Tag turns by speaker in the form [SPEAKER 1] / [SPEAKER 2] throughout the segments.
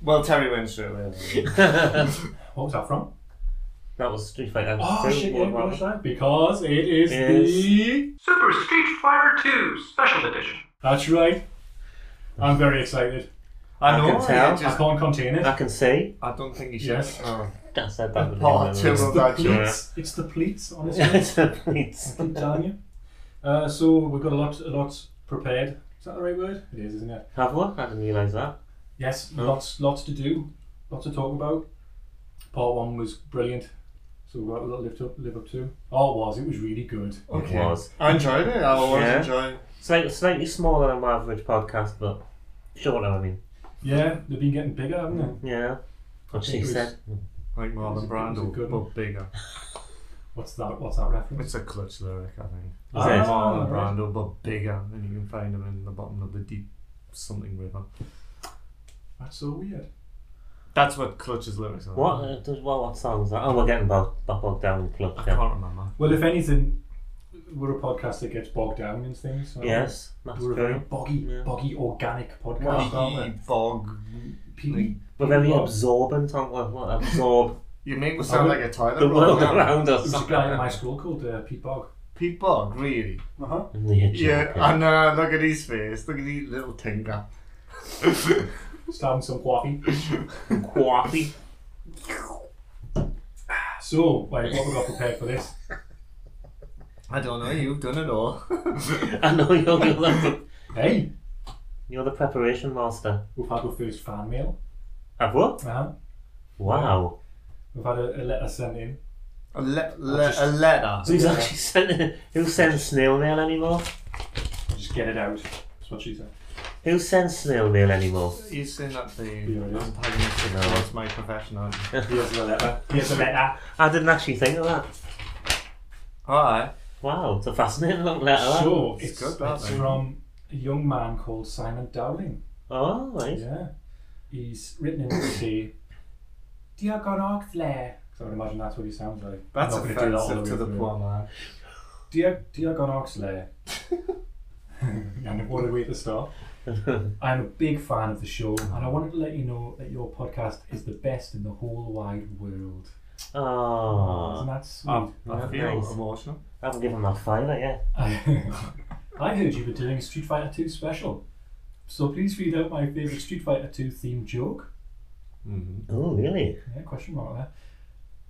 [SPEAKER 1] Well, Terry Winstra. really.
[SPEAKER 2] What was that from?
[SPEAKER 1] That was Street Fighter.
[SPEAKER 2] Oh
[SPEAKER 1] Two,
[SPEAKER 2] shit, yeah,
[SPEAKER 1] one,
[SPEAKER 2] what
[SPEAKER 1] one.
[SPEAKER 2] was that? Because it is
[SPEAKER 1] Yes.
[SPEAKER 2] the.
[SPEAKER 3] Super Street Fighter 2 Special Edition.
[SPEAKER 2] That's right. I'm very excited.
[SPEAKER 1] I
[SPEAKER 2] know,
[SPEAKER 1] can tell.
[SPEAKER 2] I can't contain it.
[SPEAKER 1] I can see.
[SPEAKER 4] I don't think he should.
[SPEAKER 2] Yes.
[SPEAKER 4] Oh.
[SPEAKER 1] I said that. with
[SPEAKER 4] Part
[SPEAKER 1] the
[SPEAKER 4] two
[SPEAKER 1] memory.
[SPEAKER 4] of
[SPEAKER 2] the
[SPEAKER 4] that.
[SPEAKER 1] Yeah.
[SPEAKER 2] pleats. It's the pleats, honestly.
[SPEAKER 1] Yes,
[SPEAKER 2] I
[SPEAKER 1] please.
[SPEAKER 2] keep telling you. Uh, so we've got a lot, a lot prepared. Is that the right word? It is, isn't it?
[SPEAKER 1] Have one? I didn't realise that.
[SPEAKER 2] Yes, lots, lots to do, lots to talk about. Part one was brilliant, so we've got a lot to live up, live up to. Oh, it was. It was really good.
[SPEAKER 4] Okay.
[SPEAKER 1] It was.
[SPEAKER 4] I enjoyed it. I always
[SPEAKER 1] Yeah.
[SPEAKER 4] enjoy.
[SPEAKER 1] Slight, slightly smaller than my average podcast, but shorter, I mean.
[SPEAKER 2] Yeah, they've been getting bigger, haven't they?
[SPEAKER 1] Yeah. What
[SPEAKER 2] think
[SPEAKER 1] she
[SPEAKER 2] it was-
[SPEAKER 1] said.
[SPEAKER 4] Like Marlon
[SPEAKER 2] was a- it was a
[SPEAKER 4] Brando,
[SPEAKER 2] good one.
[SPEAKER 4] but bigger.
[SPEAKER 2] What's that? What's that reference?
[SPEAKER 4] It's a clutch lyric, I think.
[SPEAKER 1] Ah,
[SPEAKER 4] It's
[SPEAKER 1] right.
[SPEAKER 4] Marlon Brando, but bigger, and you can find him in the bottom of the deep something river.
[SPEAKER 2] That's so weird.
[SPEAKER 4] That's what clutch's lyrics are.
[SPEAKER 1] What, uh, does- what, what song is that? Oh, we're getting bogged, bogged down in club.
[SPEAKER 4] I
[SPEAKER 1] Yeah.
[SPEAKER 4] can't remember.
[SPEAKER 2] Well, if anything, we're a podcast that gets bogged down in things. aren't we?
[SPEAKER 1] Yes, that's
[SPEAKER 2] We're a very
[SPEAKER 1] true.
[SPEAKER 2] boggy,
[SPEAKER 1] Yeah.
[SPEAKER 2] boggy organic podcast,
[SPEAKER 4] Boggy,
[SPEAKER 2] aren't
[SPEAKER 4] bog.
[SPEAKER 2] we?
[SPEAKER 4] like-
[SPEAKER 1] We're very
[SPEAKER 2] Well,
[SPEAKER 1] absorbent, aren't we? we absorb
[SPEAKER 4] You make me sound
[SPEAKER 2] Oh,
[SPEAKER 4] like a toilet
[SPEAKER 1] the
[SPEAKER 4] roll
[SPEAKER 1] world
[SPEAKER 4] now.
[SPEAKER 1] around
[SPEAKER 2] There
[SPEAKER 1] us.
[SPEAKER 2] was a guy in my school called uh, Pete Bog.
[SPEAKER 4] Pete Bog, really?
[SPEAKER 2] Uh huh.
[SPEAKER 1] And the itchy
[SPEAKER 4] Yeah,
[SPEAKER 1] bit.
[SPEAKER 4] I know. Look at his face. Look at his little tinker.
[SPEAKER 2] Starting some coffee.
[SPEAKER 1] Quaffy.
[SPEAKER 2] So, right, what we got prepared for this?
[SPEAKER 4] I don't know. You've done it all.
[SPEAKER 1] I know you're, you're, the,
[SPEAKER 2] Hey,
[SPEAKER 1] you're the preparation master.
[SPEAKER 2] we've had our first fan mail.
[SPEAKER 1] Have what?
[SPEAKER 2] Uh huh.
[SPEAKER 1] Wow.
[SPEAKER 2] We've had a, a letter sent in.
[SPEAKER 4] a, le- le- a letter.
[SPEAKER 1] Who's actually sent? Who sends snail mail anymore?
[SPEAKER 2] Just get it out. That's what she said.
[SPEAKER 1] Who sends snail mail anymore?
[SPEAKER 4] You saying that the
[SPEAKER 2] Here it is.
[SPEAKER 4] antagonistic
[SPEAKER 1] No.
[SPEAKER 4] towards my profession, aren't you?
[SPEAKER 2] Here's the letter. Here's the letter.
[SPEAKER 1] I didn't actually think of that.
[SPEAKER 4] Alright.
[SPEAKER 1] Wow, it's a fascinating long letter. that.
[SPEAKER 2] so,
[SPEAKER 4] It's
[SPEAKER 2] it's,
[SPEAKER 4] good, that,
[SPEAKER 2] it's
[SPEAKER 4] though.
[SPEAKER 2] from a young man called Simon Dowling.
[SPEAKER 1] Oh, right.
[SPEAKER 2] Yeah. He's written in to say, Dear Gonog Flair. Because I would imagine that's what he sounds like.
[SPEAKER 4] That's
[SPEAKER 2] I'm not gonna do that all
[SPEAKER 4] offensive to
[SPEAKER 2] way
[SPEAKER 4] the
[SPEAKER 2] through.
[SPEAKER 4] poor man.
[SPEAKER 2] Dear, dear Gonoxley, and what a way to start. I'm a big fan of the show, and I wanted to let you know that your podcast is the best in the whole wide world. Isn't
[SPEAKER 1] Oh,
[SPEAKER 2] that sweet?
[SPEAKER 4] Um, I
[SPEAKER 1] Yeah,
[SPEAKER 4] feel
[SPEAKER 1] nice.
[SPEAKER 4] emotional.
[SPEAKER 1] I haven't given that fiver yet.
[SPEAKER 2] I, I heard you were doing a Street Fighter 2 special, so please read out my favourite Street Fighter 2 themed joke.
[SPEAKER 1] Oh, really?
[SPEAKER 2] Yeah, question mark there.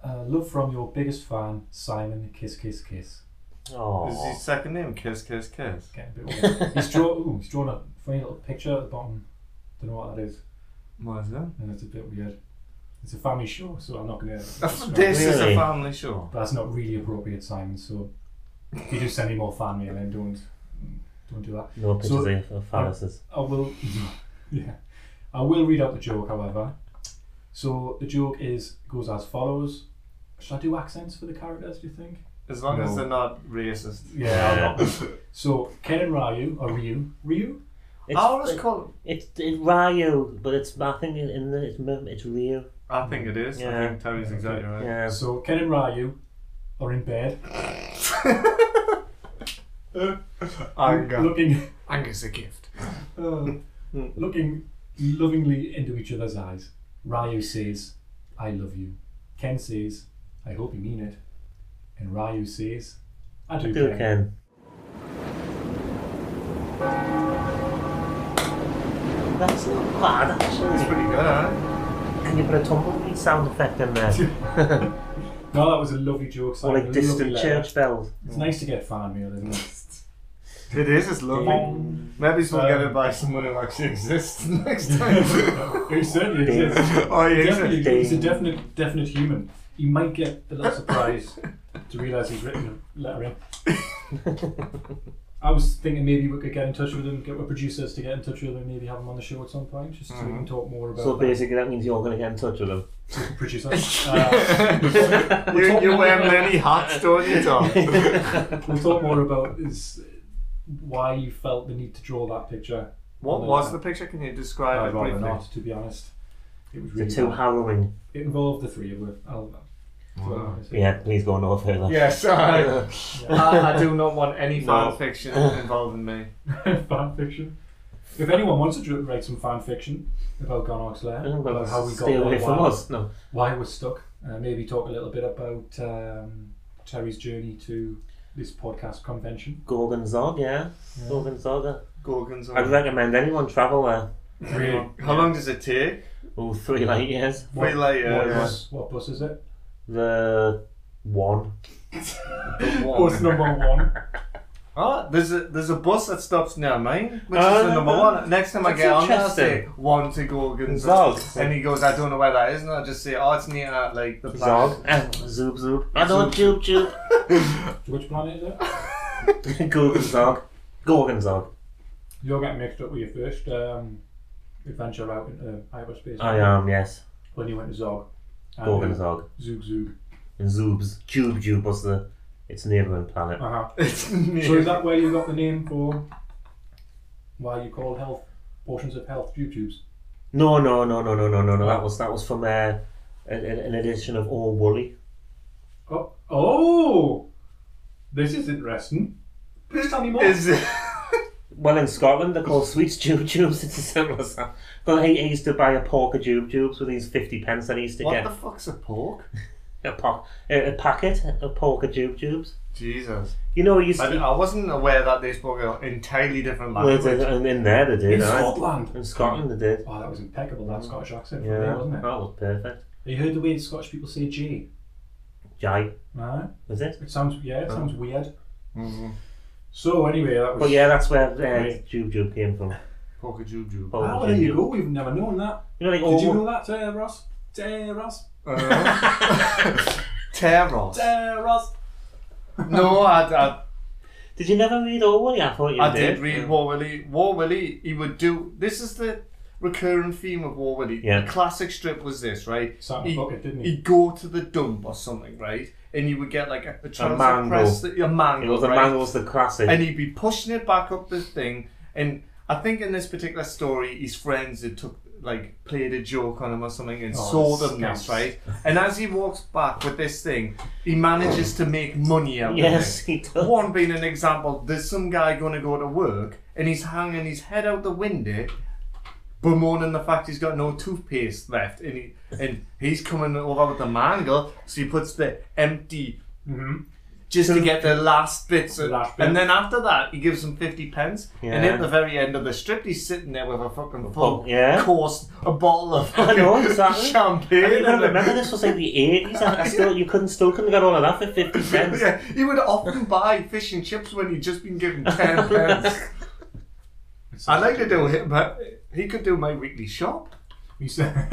[SPEAKER 2] Uh, love from your biggest fan, Simon Kiss Kiss Kiss.
[SPEAKER 4] Is
[SPEAKER 1] Oh,
[SPEAKER 4] his second name Kiss Kiss Kiss?
[SPEAKER 2] Getting a bit weird. he's, draw, ooh, he's drawn a funny little picture at the bottom. Don't know what that is.
[SPEAKER 4] What is that?
[SPEAKER 2] and it's a bit weird. It's a family show, so I'm not going to.
[SPEAKER 4] This is a
[SPEAKER 1] Really?
[SPEAKER 4] family show.
[SPEAKER 2] That's not really appropriate, Simon. So if you do send any more fan mail, then don't don't do that.
[SPEAKER 1] no pictures
[SPEAKER 2] So- um,
[SPEAKER 1] of- of phalluses.
[SPEAKER 2] I will. yeah, I will read out the joke, however. So the joke is goes as follows. Should I do accents for the characters? Do you think?
[SPEAKER 4] As long as
[SPEAKER 2] No.
[SPEAKER 4] they're not racist.
[SPEAKER 2] Yeah. I'll not. so Ken and Ryu or Ryu Ryu.
[SPEAKER 1] It's,
[SPEAKER 4] I always
[SPEAKER 1] it-
[SPEAKER 4] call
[SPEAKER 1] it's, it's Ryu, but it's I think in- in the, it's Mim- it's Ryu.
[SPEAKER 4] I think it is. I
[SPEAKER 1] Yeah.
[SPEAKER 4] think Terry's exactly right.
[SPEAKER 1] Yeah.
[SPEAKER 2] So Ken and Ryu are in bed
[SPEAKER 4] Anger.
[SPEAKER 2] looking
[SPEAKER 4] Anger's a gift.
[SPEAKER 2] Uh, looking lovingly into each other's eyes, Ryu says, I love you. Ken says, I hope you mean it. And Ryu says, I do,
[SPEAKER 1] Do
[SPEAKER 2] Ken.
[SPEAKER 1] Ken. That's not bad
[SPEAKER 4] It's
[SPEAKER 1] actually.
[SPEAKER 4] pretty good, huh?
[SPEAKER 1] Can you put a tumbleweed sound effect in there?
[SPEAKER 2] No, that was a lovely joke.
[SPEAKER 1] or
[SPEAKER 2] Simon,
[SPEAKER 1] like
[SPEAKER 2] a lovely
[SPEAKER 1] distant
[SPEAKER 2] letter.
[SPEAKER 1] church bells?
[SPEAKER 2] It's nice to get fan mail, isn't it?
[SPEAKER 4] It is, it's lovely.
[SPEAKER 2] Um,
[SPEAKER 4] Maybe we'll get
[SPEAKER 2] Um,
[SPEAKER 4] it by someone who actually exists next time.
[SPEAKER 2] it certainly exists.
[SPEAKER 4] oh, he
[SPEAKER 2] Definitely,
[SPEAKER 4] exists.
[SPEAKER 2] he's a definite, definite human. You might get a little surprised to realise he's written a letter in. I was thinking maybe we could get in touch with him, get our producers to get in touch with him, and maybe have him on the show at some point, just so we can
[SPEAKER 4] Mhm.
[SPEAKER 2] talk more about.
[SPEAKER 1] So
[SPEAKER 2] that.
[SPEAKER 1] basically, that means you're going to get in touch with them.
[SPEAKER 2] producer. Uh,
[SPEAKER 4] you, you wear many hats, don't you, Tom?
[SPEAKER 2] we'll talk more about is why you felt the need to draw that picture. Uh,
[SPEAKER 4] What was the picture? Can you describe
[SPEAKER 2] I'd
[SPEAKER 4] it
[SPEAKER 2] rather
[SPEAKER 4] briefly?
[SPEAKER 2] not, to be honest. It was really
[SPEAKER 1] It's too
[SPEAKER 2] bad.
[SPEAKER 1] harrowing.
[SPEAKER 2] It involved the three of us. I'll,
[SPEAKER 4] Wow.
[SPEAKER 1] Yeah, please go no further.
[SPEAKER 4] Yes, I,
[SPEAKER 2] Yeah.
[SPEAKER 4] I, I do not want any
[SPEAKER 1] No.
[SPEAKER 4] fan fiction involving me.
[SPEAKER 2] fan fiction. If anyone wants to dr- write some fan fiction about Gonox Lair,
[SPEAKER 1] I'm gonna
[SPEAKER 2] about how we got
[SPEAKER 1] Mm, stay
[SPEAKER 2] there,
[SPEAKER 1] away from
[SPEAKER 2] why,
[SPEAKER 1] us. No.
[SPEAKER 2] why we're stuck, uh, maybe talk a little bit about um, Terry's journey to this podcast convention.
[SPEAKER 1] Gorgonzola, yeah. Gorgonzola.
[SPEAKER 4] Gorgons.
[SPEAKER 1] I'd recommend anyone travel there.
[SPEAKER 2] Really?
[SPEAKER 4] How long does it take?
[SPEAKER 1] Oh, three light years.
[SPEAKER 4] Way later.
[SPEAKER 2] What,
[SPEAKER 4] uh, yeah.
[SPEAKER 2] bus, what bus is it?
[SPEAKER 1] The one.
[SPEAKER 2] Bus number one.
[SPEAKER 4] Oh, there's a there's a bus that stops near mine, which
[SPEAKER 1] Oh,
[SPEAKER 4] is the number
[SPEAKER 1] no.
[SPEAKER 4] one. Next time I
[SPEAKER 1] That's
[SPEAKER 4] get on there, I say
[SPEAKER 1] interesting.
[SPEAKER 4] one to Gorgons.
[SPEAKER 1] Zog.
[SPEAKER 4] And he goes, I don't know where that is, and I just say, oh, it's near like the planet.
[SPEAKER 1] Zog. Eh, Zoop zoop. I don't joop joop.
[SPEAKER 2] Which planet is it?
[SPEAKER 1] Gorgonzog. Gorgonzog.
[SPEAKER 2] You'll get mixed up with your first um, adventure out into hyperspace.
[SPEAKER 1] I am, yes.
[SPEAKER 2] When you went to Zog. And, uh,
[SPEAKER 1] Gorgonzog.
[SPEAKER 2] Zug Zug.
[SPEAKER 1] And Zoobs. Cube Jube was the its neighbouring planet.
[SPEAKER 2] Uh-huh.
[SPEAKER 4] It's near.
[SPEAKER 2] So is that where you got the name for why you called health portions of health tube tubes?
[SPEAKER 1] No, no, no, no, no, no, no, no. That was that was from uh, an, an an edition of All Woolly.
[SPEAKER 2] Oh, oh, this is interesting. Please tell me more.
[SPEAKER 4] Is it?
[SPEAKER 1] Well, in Scotland, they're called sweets jube jubes. It's as simple as that. But he, he used to buy a pork of jube jubes with these 50 pence and he used to
[SPEAKER 4] What
[SPEAKER 1] get
[SPEAKER 4] the fuck's a pork?
[SPEAKER 1] a, po- a, a packet of pork of jube jubes.
[SPEAKER 4] Jesus.
[SPEAKER 1] You know, he used
[SPEAKER 4] I,
[SPEAKER 1] to.
[SPEAKER 4] I wasn't aware that they spoke an entirely different
[SPEAKER 1] Well,
[SPEAKER 4] language.
[SPEAKER 1] they- and in there they did,
[SPEAKER 2] in
[SPEAKER 1] aye.
[SPEAKER 2] Scotland.
[SPEAKER 1] In Scotland they did.
[SPEAKER 2] Wow, that was impeccable. That Scottish accent,
[SPEAKER 1] Yeah,
[SPEAKER 2] for me,
[SPEAKER 1] that
[SPEAKER 2] wasn't it?
[SPEAKER 1] was perfect.
[SPEAKER 2] You heard the way the Scottish people say G.
[SPEAKER 1] Jai,
[SPEAKER 2] No,
[SPEAKER 1] was it?
[SPEAKER 2] it sounds yeah, it
[SPEAKER 1] Oh.
[SPEAKER 2] sounds weird.
[SPEAKER 4] Mm-hmm.
[SPEAKER 2] So anyway, that was.
[SPEAKER 1] But yeah, that's where uh,
[SPEAKER 2] Right.
[SPEAKER 1] jube jube came from.
[SPEAKER 4] Pork a jube jube.
[SPEAKER 1] Pork
[SPEAKER 2] Ah,
[SPEAKER 1] of
[SPEAKER 2] well, there
[SPEAKER 1] jube
[SPEAKER 2] you
[SPEAKER 1] jube.
[SPEAKER 2] go. We've never known that.
[SPEAKER 1] You know, like oh,
[SPEAKER 2] Did you
[SPEAKER 1] all.
[SPEAKER 2] know that, uh, Ross? Uh, Ross?
[SPEAKER 4] Uh, Terros.
[SPEAKER 2] Uh, Ross?
[SPEAKER 4] No, I, I,
[SPEAKER 1] Did you never read All Woolly? I thought you
[SPEAKER 4] I did read War Willie. War Willie, he would do. This is the recurring theme of War Willie.
[SPEAKER 1] Yeah.
[SPEAKER 4] The classic strip was this, right?
[SPEAKER 2] Sat in a
[SPEAKER 4] He,
[SPEAKER 2] bucket, didn't he?
[SPEAKER 4] he'd go to the dump or something, right? And you would get like a, a transit
[SPEAKER 1] mangle.
[SPEAKER 4] press, that- a
[SPEAKER 1] It
[SPEAKER 4] mangle,
[SPEAKER 1] was the
[SPEAKER 4] right?
[SPEAKER 1] Mangles, the classic.
[SPEAKER 4] and he'd be pushing it back up the thing. And I think in this particular story, his friends had took like played a joke on him or something and
[SPEAKER 2] Oh,
[SPEAKER 4] sold him
[SPEAKER 2] scamps.
[SPEAKER 4] this, right? And as he walks back with this thing, he manages to make money out
[SPEAKER 1] yes,
[SPEAKER 4] of
[SPEAKER 1] he
[SPEAKER 4] it.
[SPEAKER 1] does.
[SPEAKER 4] One being an example, there's some guy going to go to work and he's hanging his head out the window, bemoaning the fact he's got no toothpaste left, and he and he's coming over with the mangle, so he puts the empty
[SPEAKER 2] Mm-hmm.
[SPEAKER 4] just to get the last bits. Of,
[SPEAKER 2] Last
[SPEAKER 4] And
[SPEAKER 2] bit.
[SPEAKER 4] then after that, he gives him 50 pence. And
[SPEAKER 1] Yeah.
[SPEAKER 4] at the very end of the strip, he's sitting there with a fucking
[SPEAKER 1] full-
[SPEAKER 4] full
[SPEAKER 1] yeah.
[SPEAKER 4] course, a bottle of
[SPEAKER 1] I
[SPEAKER 4] fucking
[SPEAKER 1] know, exactly.
[SPEAKER 4] champagne.
[SPEAKER 1] I mean, I
[SPEAKER 4] and a-
[SPEAKER 1] remember this was like the eighties. I, I still, you couldn't still couldn't get all of that for fifty cents.
[SPEAKER 4] yeah, he would often buy fish and chips when he'd just been given 10 pence. I'd like to do it, but he could do my weekly shop.
[SPEAKER 2] You said,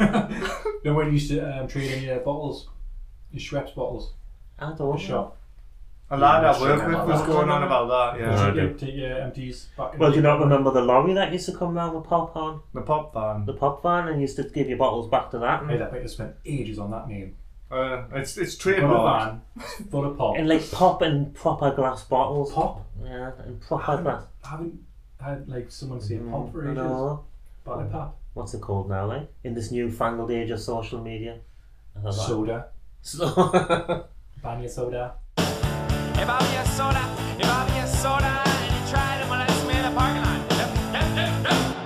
[SPEAKER 2] no, when you used to um, trade in your bottles, your Schweppes bottles,
[SPEAKER 1] I don't
[SPEAKER 2] the
[SPEAKER 1] know.
[SPEAKER 2] shop.
[SPEAKER 4] A lad
[SPEAKER 2] Yeah,
[SPEAKER 4] I work
[SPEAKER 2] sure.
[SPEAKER 4] with was going on about that,
[SPEAKER 1] Yeah,
[SPEAKER 4] yeah.
[SPEAKER 1] I
[SPEAKER 2] take, your,
[SPEAKER 1] do.
[SPEAKER 2] take your empties back. in
[SPEAKER 1] Well,
[SPEAKER 2] the-
[SPEAKER 1] do you not remember the lorry that used to come round with pop on
[SPEAKER 4] The pop van.
[SPEAKER 1] the pop van and used to give your bottles back to that?
[SPEAKER 2] Hey,
[SPEAKER 1] And,
[SPEAKER 2] that bit spent ages on that name.
[SPEAKER 4] Uh, it's it's
[SPEAKER 2] Got a
[SPEAKER 4] trademark.
[SPEAKER 2] van, it's full of pop.
[SPEAKER 1] and, like pop in proper glass bottles.
[SPEAKER 2] pop.
[SPEAKER 1] Yeah, in proper
[SPEAKER 2] I haven't,
[SPEAKER 1] glass.
[SPEAKER 2] I haven't had like someone say pop
[SPEAKER 1] Mm,
[SPEAKER 2] for ages.
[SPEAKER 1] No.
[SPEAKER 2] But a pop.
[SPEAKER 1] What's it called now, like? In this newfangled age of social media. I thought that-
[SPEAKER 2] Soda.
[SPEAKER 1] So-
[SPEAKER 2] Ban your soda.
[SPEAKER 5] He bought me a soda. He bought me a soda, and he tried e to molest me in the parking lot. Yep, yep, yep, yep.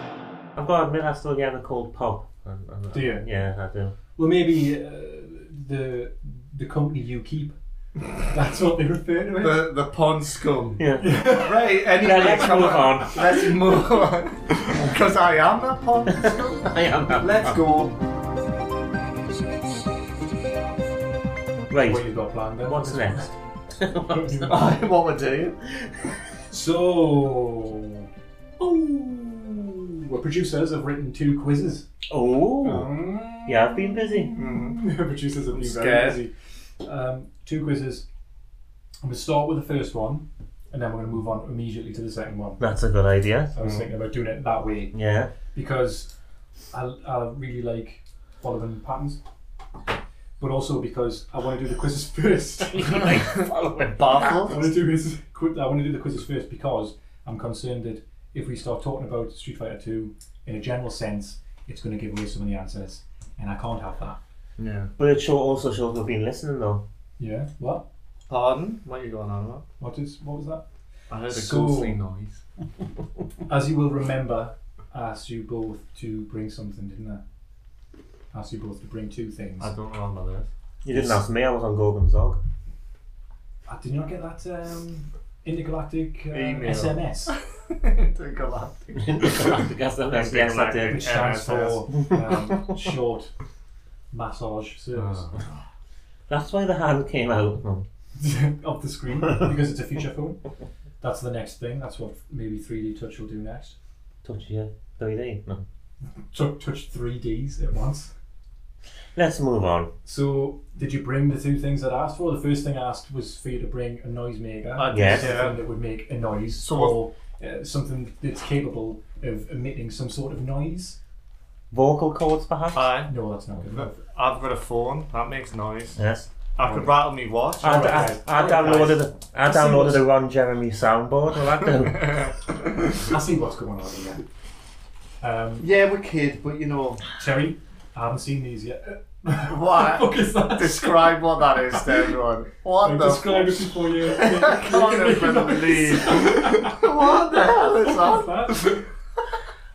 [SPEAKER 1] I've got to admit, I still get the cold pop. And- and-
[SPEAKER 2] Do you?
[SPEAKER 1] Yeah, I do.
[SPEAKER 2] Well, maybe uh, the the company you keep. That's what they refer to it.
[SPEAKER 4] The, the pond scum.
[SPEAKER 1] Yeah.
[SPEAKER 4] Right, anyway,
[SPEAKER 1] Yeah, let's
[SPEAKER 4] come
[SPEAKER 1] move on.
[SPEAKER 4] Let's move on. Because I am that pond.
[SPEAKER 1] I am. that
[SPEAKER 4] Let's
[SPEAKER 1] pop.
[SPEAKER 4] go.
[SPEAKER 2] what
[SPEAKER 1] Right.
[SPEAKER 2] you've got planned. then.
[SPEAKER 1] What's next?
[SPEAKER 4] I what we're doing.
[SPEAKER 2] So, oh, well, producers have written two quizzes.
[SPEAKER 1] Oh. Yeah, I've been busy.
[SPEAKER 2] Mm, producers have been very
[SPEAKER 4] Scared.
[SPEAKER 2] busy. Um, two quizzes. I'm going to start with the first one. and then we're going to move on immediately to the second one.
[SPEAKER 1] That's a good idea.
[SPEAKER 2] I was thinking about doing it that way
[SPEAKER 1] Yeah.
[SPEAKER 2] because I, I really like following patterns, but also because I want to do the quizzes first.
[SPEAKER 1] like following.
[SPEAKER 2] I
[SPEAKER 4] Baffled?
[SPEAKER 2] want to do this. Quick, I want to do the quizzes first because I'm concerned that if we start talking about Street Fighter Two in a general sense, it's going to give away some of the answers, and I can't have that.
[SPEAKER 4] Yeah.
[SPEAKER 1] But it show also shows we've been listening though.
[SPEAKER 2] Yeah. What?
[SPEAKER 4] Pardon? What are you going on about?
[SPEAKER 2] What is? What was that?
[SPEAKER 4] I heard a
[SPEAKER 2] So-
[SPEAKER 4] ghostly noise.
[SPEAKER 2] As you will remember, I asked you both to bring something, didn't I? I asked you both to bring two things.
[SPEAKER 4] I don't remember this.
[SPEAKER 1] You didn't ask me. I was on Gorgon's Zog.
[SPEAKER 2] Uh, did you not get that um, intergalactic uh,
[SPEAKER 4] Email.
[SPEAKER 2] SMS,
[SPEAKER 4] the galactic.
[SPEAKER 1] yes, yes, I did.
[SPEAKER 2] which stands for
[SPEAKER 4] MSS.
[SPEAKER 2] um, short massage service
[SPEAKER 4] Ah.
[SPEAKER 1] That's why the hand came out.
[SPEAKER 2] of the screen because it's a feature phone. That's the next thing. That's what maybe 3D Touch will do next.
[SPEAKER 1] Touch yeah. 3D. No.
[SPEAKER 2] Touch, touch 3Ds at once.
[SPEAKER 1] Let's move on.
[SPEAKER 2] So, did you bring the two things that I asked for? The first thing I asked was for you to bring a noisemaker.
[SPEAKER 4] Uh,
[SPEAKER 1] yes.
[SPEAKER 2] Something that would make a noise
[SPEAKER 4] So
[SPEAKER 2] or uh, something that's capable of emitting some sort of noise.
[SPEAKER 1] Vocal cords, perhaps.
[SPEAKER 2] Uh,
[SPEAKER 4] Aye.
[SPEAKER 2] No, that's not good enough.
[SPEAKER 4] I've got a phone. That makes noise.
[SPEAKER 1] yes.
[SPEAKER 4] I could rattle me watch.
[SPEAKER 1] I,
[SPEAKER 2] Alright,
[SPEAKER 1] I-
[SPEAKER 2] guys.
[SPEAKER 1] I
[SPEAKER 2] Alright,
[SPEAKER 1] downloaded. I
[SPEAKER 2] Let's see
[SPEAKER 1] downloaded
[SPEAKER 2] what's-
[SPEAKER 1] a Ron Jeremy soundboard. Will that do?
[SPEAKER 2] I see what's going on here. Um,
[SPEAKER 4] yeah, we're kid, but you know.
[SPEAKER 2] Terry, I haven't seen these yet.
[SPEAKER 4] What?
[SPEAKER 2] What the fuck is that?
[SPEAKER 4] Describe what that is to everyone. What
[SPEAKER 2] Like,
[SPEAKER 4] the
[SPEAKER 2] describe
[SPEAKER 4] f-
[SPEAKER 2] it before you.
[SPEAKER 4] I can't even believe. what the hell is that?
[SPEAKER 2] that.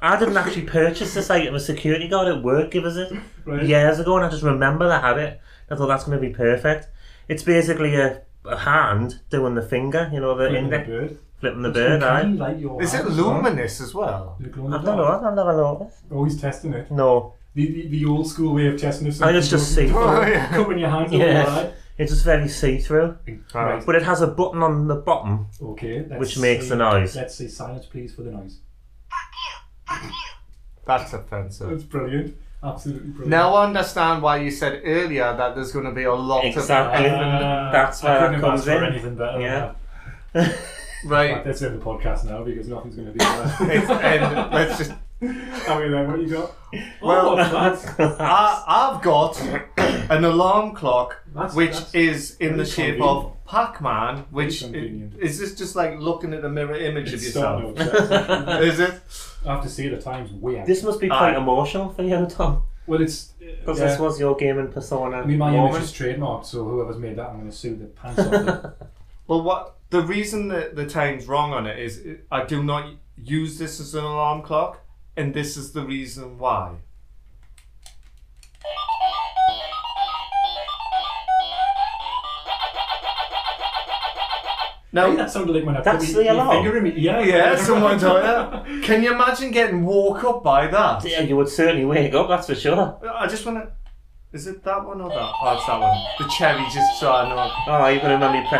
[SPEAKER 1] I didn't actually purchase this item. A security guard at work gave us it
[SPEAKER 2] Right.
[SPEAKER 1] years ago, and I just remember I had it. I thought that's going to be perfect. It's basically a, a hand doing the finger, you know, the
[SPEAKER 2] Flipping the
[SPEAKER 1] index
[SPEAKER 2] bird.
[SPEAKER 1] flipping the bird. Aye.
[SPEAKER 2] Can like your
[SPEAKER 4] Is it
[SPEAKER 2] hands,
[SPEAKER 4] luminous as well?
[SPEAKER 2] huh? Look on the
[SPEAKER 1] I've not
[SPEAKER 2] dark.
[SPEAKER 1] I've never noticed.
[SPEAKER 2] Oh, he's testing it.
[SPEAKER 1] No,
[SPEAKER 2] The, the, the old school way of testing if
[SPEAKER 1] I just just see.
[SPEAKER 4] Oh, yeah.
[SPEAKER 2] Cupping your hands
[SPEAKER 1] Yeah.
[SPEAKER 2] over the eye.
[SPEAKER 1] It's just very see through,
[SPEAKER 2] Right.
[SPEAKER 1] but it has a button on the bottom.
[SPEAKER 2] Okay. Let's
[SPEAKER 1] Which makes
[SPEAKER 2] see-
[SPEAKER 1] the noise.
[SPEAKER 2] Let's see silence, please, for the noise.
[SPEAKER 4] That's offensive.
[SPEAKER 2] That's brilliant. Absolutely brilliant.
[SPEAKER 4] Now I understand why you said earlier that there's going to be a lot
[SPEAKER 1] Exactly.
[SPEAKER 2] Ah,
[SPEAKER 1] Uh, That's
[SPEAKER 2] I
[SPEAKER 1] where
[SPEAKER 2] couldn't
[SPEAKER 1] that
[SPEAKER 2] have
[SPEAKER 1] comes
[SPEAKER 2] asked for
[SPEAKER 1] in.
[SPEAKER 2] anything better.
[SPEAKER 1] Yeah.
[SPEAKER 2] Yeah.
[SPEAKER 4] of.
[SPEAKER 2] Right,
[SPEAKER 4] Right.
[SPEAKER 2] let's end the podcast now because nothing's going to be there.
[SPEAKER 4] It's- and let's just.
[SPEAKER 2] I mean, then what you got?
[SPEAKER 4] Well,
[SPEAKER 2] oh, that's,
[SPEAKER 1] Ah,
[SPEAKER 4] I, I've got an alarm clock
[SPEAKER 2] That's-
[SPEAKER 4] which
[SPEAKER 2] that's
[SPEAKER 4] is in the
[SPEAKER 2] very
[SPEAKER 4] shape
[SPEAKER 2] convenient.
[SPEAKER 4] of Pac-Man. Which i-
[SPEAKER 2] convenient.
[SPEAKER 4] is this just like looking at a mirror image of
[SPEAKER 2] it's
[SPEAKER 4] yourself?
[SPEAKER 2] starting over.
[SPEAKER 4] is it?
[SPEAKER 2] I have to say the time's weird.
[SPEAKER 1] This must be quite
[SPEAKER 4] Aye.
[SPEAKER 1] emotional for you, Tom,
[SPEAKER 2] well, it's
[SPEAKER 1] because
[SPEAKER 2] yeah.
[SPEAKER 1] this was your game in persona.
[SPEAKER 2] I mean, my
[SPEAKER 1] moment.
[SPEAKER 2] image is trademarked, so whoever's made that, I'm going to sue the pants off them.
[SPEAKER 4] Well, what the reason that the time's wrong on it is it- I do not use this as an alarm clock, and this is the reason why.
[SPEAKER 2] Hey,
[SPEAKER 4] Now,
[SPEAKER 2] that sounded like when I
[SPEAKER 1] That's
[SPEAKER 2] put
[SPEAKER 1] the
[SPEAKER 2] me, me
[SPEAKER 1] alarm.
[SPEAKER 2] finger in me. Yeah,
[SPEAKER 4] yeah, someone's on it. Can you imagine getting woke up by that?
[SPEAKER 1] Yeah, you would certainly wake up, that's for sure.
[SPEAKER 4] I just want to. Is it that one or that? Oh, it's that one. The cherry just so I know.
[SPEAKER 1] Oh, you're going to make me pre-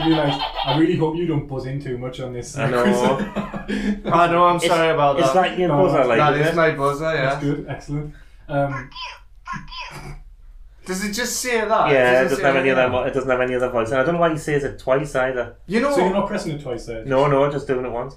[SPEAKER 2] I realised, I really hope you don't buzz in too much on this.
[SPEAKER 1] I know.
[SPEAKER 4] I know, I'm
[SPEAKER 1] It's-
[SPEAKER 4] sorry about
[SPEAKER 1] It's
[SPEAKER 4] that.
[SPEAKER 1] like your
[SPEAKER 2] No,
[SPEAKER 1] buzzer,
[SPEAKER 2] that's-
[SPEAKER 1] like
[SPEAKER 4] that
[SPEAKER 1] isn't
[SPEAKER 4] is
[SPEAKER 1] it?
[SPEAKER 4] my buzzer,
[SPEAKER 2] That's
[SPEAKER 4] yeah.
[SPEAKER 2] good, excellent. Um,
[SPEAKER 4] Does it just say that?
[SPEAKER 1] Yeah,
[SPEAKER 4] Does
[SPEAKER 1] it doesn't
[SPEAKER 4] say
[SPEAKER 1] have any
[SPEAKER 4] anything
[SPEAKER 1] other.
[SPEAKER 4] else?
[SPEAKER 1] mo- It doesn't have any other voice, and I don't know why he says it twice either.
[SPEAKER 4] You know
[SPEAKER 2] so you're
[SPEAKER 4] what?
[SPEAKER 2] not pressing it twice there.
[SPEAKER 1] No, no, just doing it once.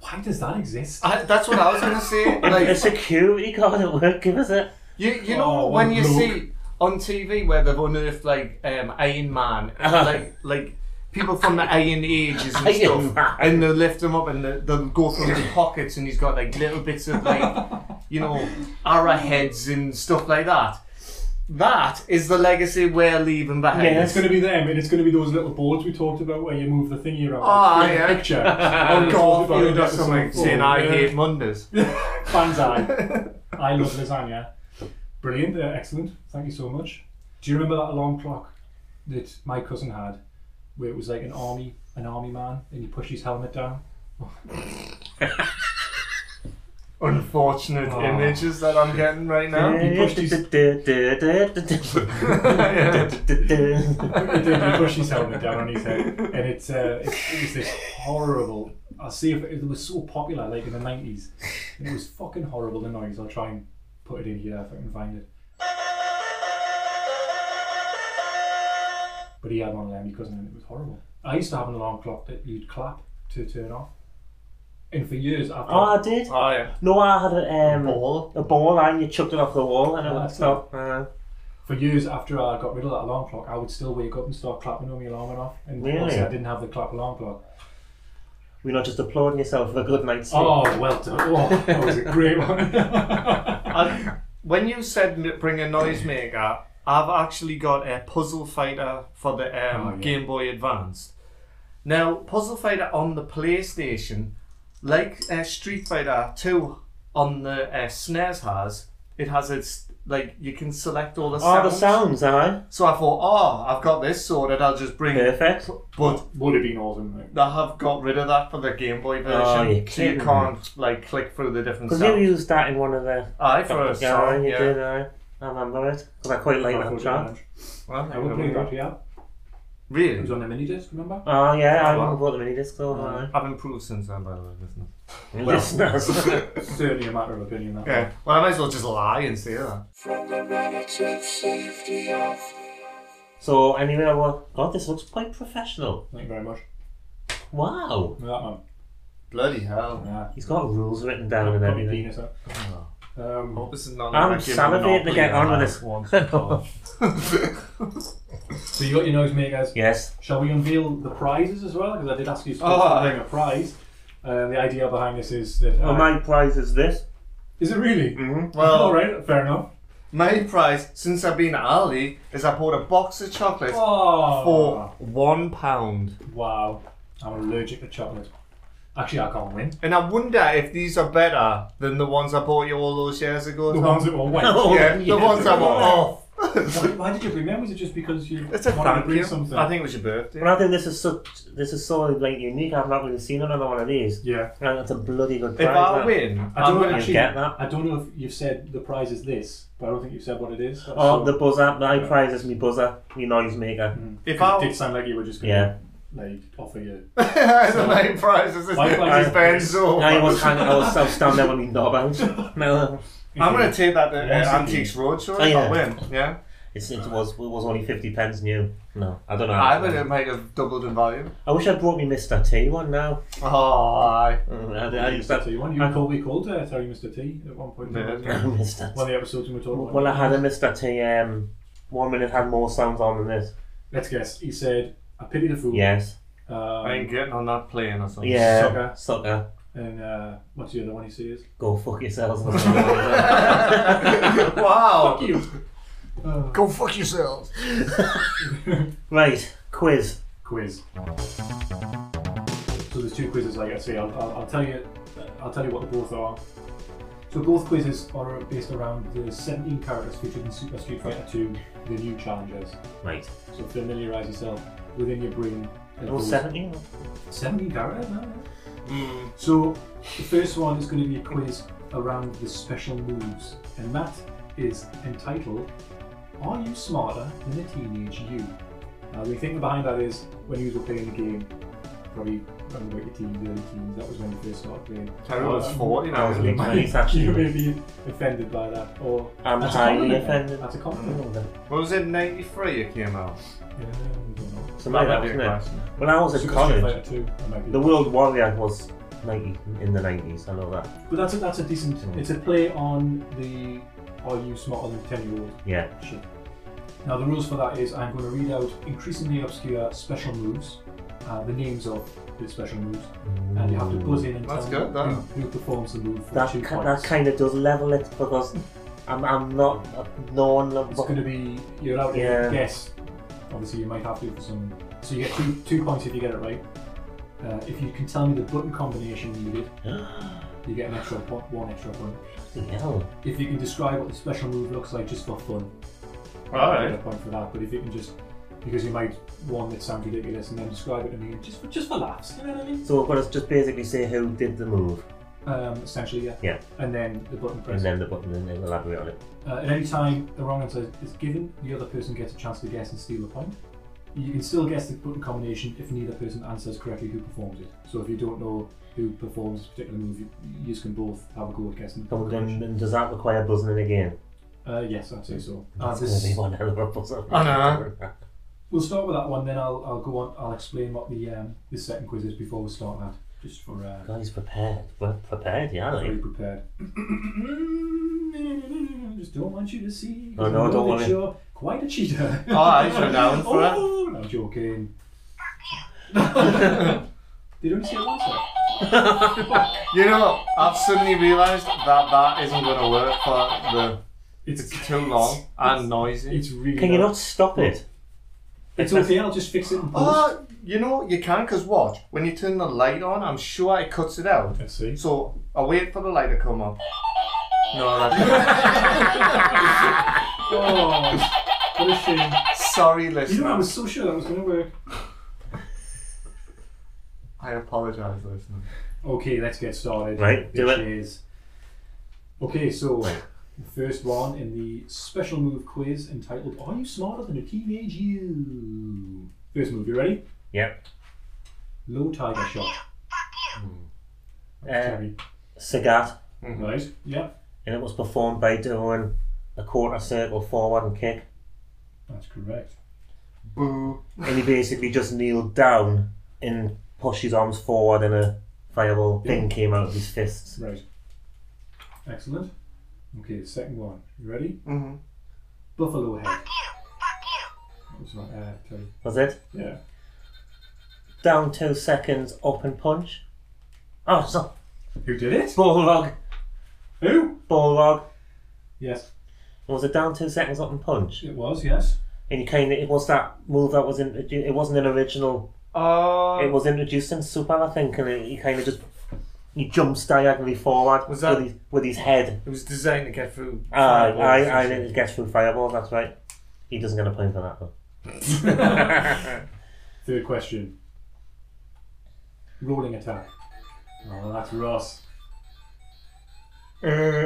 [SPEAKER 2] Why does that exist?
[SPEAKER 4] I, that's what I was going to say.
[SPEAKER 1] A
[SPEAKER 4] Like,
[SPEAKER 1] security guard at work give us it.
[SPEAKER 4] you, you know
[SPEAKER 2] Oh,
[SPEAKER 4] when you
[SPEAKER 2] look.
[SPEAKER 4] see on TV where they've unearthed, like, um, Iron Man,
[SPEAKER 1] Uh-huh.
[SPEAKER 4] like, like people from the Iron Ages and
[SPEAKER 1] Iron
[SPEAKER 4] stuff,
[SPEAKER 1] Man.
[SPEAKER 4] and they lift him up and they, they'll go through his pockets and he's got, like, little bits of, like, you know, arrowheads and stuff like that. That is the legacy we're leaving behind.
[SPEAKER 2] And it's going to be them, and it's going to be those little boards we talked about where you move the thingy around.
[SPEAKER 1] Ah,
[SPEAKER 4] Oh,
[SPEAKER 2] like,
[SPEAKER 4] yeah.
[SPEAKER 2] Picture.
[SPEAKER 4] or
[SPEAKER 2] or
[SPEAKER 4] Garfield or something saying, I hate Mondays.
[SPEAKER 2] Banzai. I love lasagna. Brilliant, uh, excellent. Thank you so much. Do you remember that alarm clock that my cousin had, where it was like an army, an army man, and you push his helmet down?
[SPEAKER 4] Unfortunate
[SPEAKER 2] Oh.
[SPEAKER 4] images that I'm getting right now.
[SPEAKER 2] he pushed his- he pushed his helmet down on his head, and it's uh, it, it was this horrible. I'll see if it, was so popular, like in the nineties. It was fucking horrible. The noise. I'll try and put it in here if I can find it. But he had one of them, he couldn't, and it was horrible. I used to have an alarm clock that you'd clap to turn off. And for years after.
[SPEAKER 1] Oh, I did.
[SPEAKER 4] Oh, yeah.
[SPEAKER 1] No, I had a, um,
[SPEAKER 4] Ball.
[SPEAKER 1] a ball and you chucked it off the wall and it
[SPEAKER 2] Oh,
[SPEAKER 1] would
[SPEAKER 2] that's
[SPEAKER 1] stop. Uh,
[SPEAKER 2] for years after I got rid of that alarm clock, I would still wake up and start clapping when my alarm went off. And
[SPEAKER 1] Really?
[SPEAKER 2] obviously I didn't have the clap alarm clock.
[SPEAKER 1] we're not just applauding yourself for a good night's sleep.
[SPEAKER 2] Oh, well done. Oh, that was a great one.
[SPEAKER 4] I, when you said n- bring a noisemaker, I've actually got a Puzzle Fighter for the um,
[SPEAKER 2] Oh, yeah.
[SPEAKER 4] Game Boy Advance. Now, Puzzle Fighter on the PlayStation, like uh, Street Fighter 2 on the uh, SNES has, it has its, like, you can select all the
[SPEAKER 1] Oh, the
[SPEAKER 4] sounds.
[SPEAKER 1] sounds, aye.
[SPEAKER 4] So I thought, oh, I've got this sorted, I'll just bring it.
[SPEAKER 1] Perfect.
[SPEAKER 4] But
[SPEAKER 2] Would have been awesome. Though.
[SPEAKER 4] I have got rid of that for the Game Boy version.
[SPEAKER 1] you're
[SPEAKER 4] so you
[SPEAKER 1] Oh, kidding
[SPEAKER 4] can't, like, click through the different
[SPEAKER 1] Because you
[SPEAKER 4] sounds.
[SPEAKER 1] used that in one of the.
[SPEAKER 4] Aye, for a
[SPEAKER 1] yeah,
[SPEAKER 4] song,
[SPEAKER 1] you
[SPEAKER 4] yeah.
[SPEAKER 1] did, aye. I remember it. Because I quite like that track.
[SPEAKER 4] Well,
[SPEAKER 2] I would play that, yeah. It
[SPEAKER 4] Really?
[SPEAKER 2] was on the mini disc, remember?
[SPEAKER 1] Oh, yeah, I
[SPEAKER 4] Wow.
[SPEAKER 1] remember bought the mini disc though. aye.
[SPEAKER 4] I've improved since then, by the way, listen.
[SPEAKER 1] Listeners.
[SPEAKER 2] Certainly a matter of opinion, that.
[SPEAKER 4] Yeah. Well, I might as well just lie and say that.
[SPEAKER 1] so, anyway, well, God, this looks quite professional.
[SPEAKER 2] Thank you very much.
[SPEAKER 1] Wow.
[SPEAKER 2] That man.
[SPEAKER 4] Bloody hell.
[SPEAKER 2] Yeah.
[SPEAKER 1] He's got rules written down and
[SPEAKER 2] Got my
[SPEAKER 1] everything.
[SPEAKER 2] penis out. Um,
[SPEAKER 4] hope this is not
[SPEAKER 1] I'm
[SPEAKER 4] like a
[SPEAKER 1] salivating to get on with this
[SPEAKER 4] monopoly
[SPEAKER 2] so you got your nose makers.
[SPEAKER 1] Yes.
[SPEAKER 2] Shall we unveil the prizes as well? Because I did ask you to
[SPEAKER 4] Oh,
[SPEAKER 2] bring a prize. Uh, the idea behind this is that.
[SPEAKER 1] Well,
[SPEAKER 2] uh,
[SPEAKER 1] my prize is this.
[SPEAKER 2] Is it really? All
[SPEAKER 4] Mm-hmm. Well,
[SPEAKER 2] right, fair enough.
[SPEAKER 4] my prize since I've been at Ali is I bought a box of chocolates
[SPEAKER 2] Oh,
[SPEAKER 4] for one pound.
[SPEAKER 2] wow. I'm allergic to chocolate. Actually, I can't win.
[SPEAKER 4] And I wonder if these are better than the ones I bought you all those years ago.
[SPEAKER 2] The
[SPEAKER 4] Tom.
[SPEAKER 2] ones that were wet.
[SPEAKER 1] Oh,
[SPEAKER 4] yeah, the
[SPEAKER 1] yeah.
[SPEAKER 4] ones I bought off.
[SPEAKER 2] why, why did you bring them? Was it just because you
[SPEAKER 4] It's a
[SPEAKER 2] wanted
[SPEAKER 4] thank
[SPEAKER 2] to bring
[SPEAKER 4] you.
[SPEAKER 2] something?
[SPEAKER 4] I think it was your birthday.
[SPEAKER 1] But I think this is such. This is so like unique. I've not really seen another one of these.
[SPEAKER 2] yeah.
[SPEAKER 1] And it's a bloody good prize.
[SPEAKER 4] if I
[SPEAKER 1] that.
[SPEAKER 4] win,
[SPEAKER 2] I
[SPEAKER 4] I'm
[SPEAKER 2] don't
[SPEAKER 4] gonna
[SPEAKER 2] actually.
[SPEAKER 1] get that.
[SPEAKER 2] I don't know if you've said the prize is this, but I don't think you've said what it is. That's
[SPEAKER 1] Oh,
[SPEAKER 2] all.
[SPEAKER 1] the buzzer. My prize is me buzzer. Me noisemaker.
[SPEAKER 2] Mm.
[SPEAKER 4] If
[SPEAKER 2] 'Cause
[SPEAKER 4] I-
[SPEAKER 2] it did sound like you were just going
[SPEAKER 1] Yeah.
[SPEAKER 2] to like offer you.
[SPEAKER 4] the main prize is this
[SPEAKER 2] My prize
[SPEAKER 4] is
[SPEAKER 2] is-
[SPEAKER 4] Benzo.
[SPEAKER 1] I was hanging. I was still standing there with me knob out. No,
[SPEAKER 4] I'm gonna take that to
[SPEAKER 2] Yes,
[SPEAKER 4] uh,
[SPEAKER 2] you
[SPEAKER 4] Antiques Roadshow.
[SPEAKER 1] Oh, yeah.
[SPEAKER 4] I'll win. Yeah,
[SPEAKER 1] it's, it was it was only fifty pence new. No, I don't know.
[SPEAKER 4] I would. It might have doubled in value.
[SPEAKER 1] I wish I brought me Mister T one now.
[SPEAKER 4] Oh, aye.
[SPEAKER 1] Mm, I, I used
[SPEAKER 2] Mr.
[SPEAKER 1] that.
[SPEAKER 2] T one. You
[SPEAKER 1] I-
[SPEAKER 2] probably called uh, Terry Mr. T at one point.
[SPEAKER 4] Yeah.
[SPEAKER 2] One
[SPEAKER 1] Mister.
[SPEAKER 2] of the episodes when we talked about
[SPEAKER 1] Well, I had a Mister T. Um, one minute had more sounds on than this.
[SPEAKER 2] Let's guess. He said, I pity the fool.
[SPEAKER 1] Yes.
[SPEAKER 2] Um,
[SPEAKER 4] I ain't getting on that plane or something.
[SPEAKER 1] Yeah.
[SPEAKER 2] Sucker.
[SPEAKER 1] Sucker.
[SPEAKER 2] And uh, what's the other one he says?
[SPEAKER 1] Go fuck yourselves.
[SPEAKER 4] wow.
[SPEAKER 2] you.
[SPEAKER 4] Go fuck yourselves.
[SPEAKER 1] right. Quiz.
[SPEAKER 2] Quiz. So there's two quizzes, like I say. I'll, I'll, I'll tell you. I'll tell you what both are. So both quizzes are based around the 17 characters featured in Super Street Fighter 2: The New Challengers.
[SPEAKER 1] Right.
[SPEAKER 2] So familiarise yourself within your brain. of
[SPEAKER 1] Oh,
[SPEAKER 2] those
[SPEAKER 1] 70?
[SPEAKER 2] 17 characters. no, no.
[SPEAKER 4] Mm.
[SPEAKER 2] So the first one is going to be a quiz around the special moves, and that is entitled "Are You Smarter Than a Teenage You?" Now the thing behind that is when you were playing the game, probably around about your teens, early teens, that was when you first started playing.
[SPEAKER 4] Terry was
[SPEAKER 2] Um,
[SPEAKER 4] 40 now.
[SPEAKER 1] was
[SPEAKER 4] isn't
[SPEAKER 1] me.
[SPEAKER 4] he?
[SPEAKER 1] Man, it's actually-
[SPEAKER 2] you may be offended by that, or
[SPEAKER 1] I'm
[SPEAKER 2] That's a
[SPEAKER 1] highly
[SPEAKER 2] compliment.
[SPEAKER 1] offended.
[SPEAKER 2] That's a
[SPEAKER 1] Hmm.
[SPEAKER 2] compliment.
[SPEAKER 4] What was it, 93 it came out?
[SPEAKER 2] Yeah, I don't know.
[SPEAKER 1] So maybe that
[SPEAKER 4] might be
[SPEAKER 1] wasn't
[SPEAKER 4] a
[SPEAKER 1] it.
[SPEAKER 4] question.
[SPEAKER 1] When I was at
[SPEAKER 2] Super Street
[SPEAKER 1] college,
[SPEAKER 2] Fighter 2, I might be-
[SPEAKER 1] the World Warrior was 90 in the 90s. I know that.
[SPEAKER 2] But that's a, that's a decent.
[SPEAKER 1] Mm.
[SPEAKER 2] It's a play on the "Are You Smarter Than a Ten Year Old?"
[SPEAKER 1] Yeah.
[SPEAKER 2] Shit. Now the rules for that is I'm going to read out increasingly obscure special moves, uh, the names of the special moves, and you have
[SPEAKER 1] Hmm.
[SPEAKER 2] to buzz in and
[SPEAKER 4] That's
[SPEAKER 2] tell me
[SPEAKER 4] good, that.
[SPEAKER 2] who, who performs the move for
[SPEAKER 1] That,
[SPEAKER 2] two
[SPEAKER 1] ki- that
[SPEAKER 2] points.
[SPEAKER 1] kind of does level it because I'm, I'm not known.
[SPEAKER 2] it's going to be you're allowed to
[SPEAKER 1] Yeah.
[SPEAKER 2] guess. Obviously, you might have to for some. So you get two two points if you get it right. Uh, if you can tell me the button combination needed, you get an extra point, one extra point.
[SPEAKER 1] hell.
[SPEAKER 2] If you can describe what the special move looks like just for fun, I get
[SPEAKER 4] Alright.
[SPEAKER 2] a point for that. But if you can just because you might one that sounds ridiculous and then describe it to me just for, just for laughs, you know what I mean?
[SPEAKER 1] So we're going to just basically say who did the move
[SPEAKER 2] Um, essentially, yeah.
[SPEAKER 1] Yeah.
[SPEAKER 2] And then the button press.
[SPEAKER 1] and then the button and then elaborate on it.
[SPEAKER 2] uh, at any time the wrong answer is given, the other person gets a chance to guess and steal a point. You can still guess the button combination if neither person answers correctly who performs it. So if you don't know who performs this particular move, you, you can both have a go at guessing. the
[SPEAKER 1] And, we're going,
[SPEAKER 2] button combination.
[SPEAKER 1] and does that require buzzing in again?
[SPEAKER 2] Uh, yes, I'd say so. Uh,
[SPEAKER 1] Mm-hmm. That's going to
[SPEAKER 2] this,
[SPEAKER 1] be one hell of a buzzer.
[SPEAKER 4] I know.
[SPEAKER 2] We'll start with that one, then I'll, I'll go on. I'll explain what the um, the second quiz is before we start that, just for uh,
[SPEAKER 1] Guys, prepared. We're prepared, yeah.
[SPEAKER 2] Are you
[SPEAKER 1] Like.
[SPEAKER 2] prepared? Just don't want you to see. 'cause
[SPEAKER 1] Oh, no,
[SPEAKER 2] I know
[SPEAKER 1] don't
[SPEAKER 2] that
[SPEAKER 1] want it.
[SPEAKER 2] You're quite a cheater.
[SPEAKER 4] Oh, I should down for that.
[SPEAKER 2] oh, I'm joking. Did you only see it once? though?
[SPEAKER 4] You know, I've suddenly realised that that isn't going to work for the. It's too long and noisy.
[SPEAKER 2] It's really.
[SPEAKER 1] Can you not stop it?
[SPEAKER 2] It's okay. I'll just fix it in post.
[SPEAKER 1] Ah!
[SPEAKER 4] Oh, you know, you can, because watch, when you turn the light on, I'm sure it cuts it out.
[SPEAKER 2] Let's see.
[SPEAKER 4] So I wait for the light to come up. No, that's
[SPEAKER 2] Oh, what a shame.
[SPEAKER 4] sorry,
[SPEAKER 2] You know, I
[SPEAKER 4] listeners.
[SPEAKER 2] was so sure that was going to work.
[SPEAKER 4] I apologise, listeners.
[SPEAKER 2] Okay, let's get started.
[SPEAKER 1] Right, do it.
[SPEAKER 2] Cheers. Okay, so the first one in the special move quiz entitled Are You Smarter Than a Teenage You? First move, you ready?
[SPEAKER 1] Yep.
[SPEAKER 2] Low tiger shot.
[SPEAKER 1] Uh, mm-hmm.
[SPEAKER 2] Terry.
[SPEAKER 1] Sagat,
[SPEAKER 2] Right, yeah,
[SPEAKER 1] and it was performed by doing a quarter circle forward and kick.
[SPEAKER 2] that's correct.
[SPEAKER 4] Boo.
[SPEAKER 1] And he basically just kneeled down and pushed his arms forward, and a fireball thing came out of his fists.
[SPEAKER 2] Right. Excellent. Okay, the second one. You ready?
[SPEAKER 4] Mm-hmm.
[SPEAKER 2] Buffalo head. That was right, uh, Terry.
[SPEAKER 1] Was it?
[SPEAKER 2] Yeah.
[SPEAKER 1] Down two seconds, up and punch. Oh, it's not.
[SPEAKER 2] Who did it?
[SPEAKER 1] Bullrog.
[SPEAKER 2] Who?
[SPEAKER 1] Bullrog.
[SPEAKER 2] Yes,
[SPEAKER 1] Was it down two seconds, up and punch?
[SPEAKER 2] it was, yes.
[SPEAKER 1] And you kind of it was that move that was in it wasn't an original.
[SPEAKER 4] Uh,
[SPEAKER 1] It was introduced in Super, I think, and he kind of just he jumps diagonally forward
[SPEAKER 4] Was that-
[SPEAKER 1] with, his, with his head.
[SPEAKER 4] it was designed to get through.
[SPEAKER 1] Uh, I
[SPEAKER 4] fireballs
[SPEAKER 1] I
[SPEAKER 4] and
[SPEAKER 1] it
[SPEAKER 4] shit.
[SPEAKER 1] gets through fireballs. That's right. He doesn't get a point for that though.
[SPEAKER 2] Third question. Rolling attack. Oh, that's Ross.
[SPEAKER 4] Uh,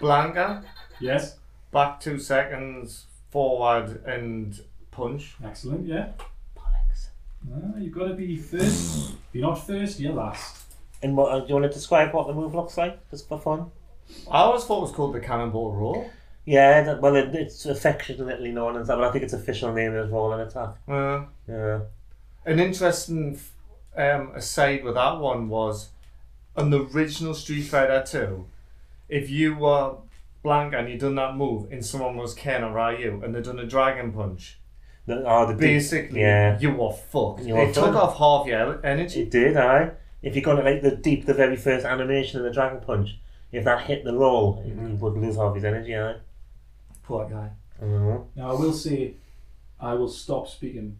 [SPEAKER 4] Blanca,
[SPEAKER 2] Yes.
[SPEAKER 4] back two seconds, forward and punch.
[SPEAKER 2] Excellent. Yeah.
[SPEAKER 1] Bollocks.
[SPEAKER 2] Ah, you've got to be first. If you're not first, you're last.
[SPEAKER 1] And what, uh, do you want to describe what the move looks like, just for fun?
[SPEAKER 4] I always thought it was called the cannonball roll.
[SPEAKER 1] Yeah, that, well, it, it's affectionately known as that, but I think its official name is Rolling Attack.
[SPEAKER 4] Uh,
[SPEAKER 1] Yeah.
[SPEAKER 4] an interesting f- um, aside with that one was on the original Street Fighter 2, if you were blank and you'd done that move and someone was Ken or Ryu and they'd done a dragon punch,
[SPEAKER 1] The, oh, the deep-
[SPEAKER 4] basically
[SPEAKER 1] yeah.
[SPEAKER 4] you were fucked.
[SPEAKER 1] You were
[SPEAKER 4] it took
[SPEAKER 1] fucked.
[SPEAKER 4] off half your e-, energy.
[SPEAKER 1] It did, aye. If you got to like the deep, the very first animation of the Dragon Punch, if that hit the roll, he
[SPEAKER 4] Mm-hmm.
[SPEAKER 1] would lose half his energy, aye.
[SPEAKER 4] Poor guy.
[SPEAKER 1] Mm-hmm.
[SPEAKER 2] Now I will say, I will stop speaking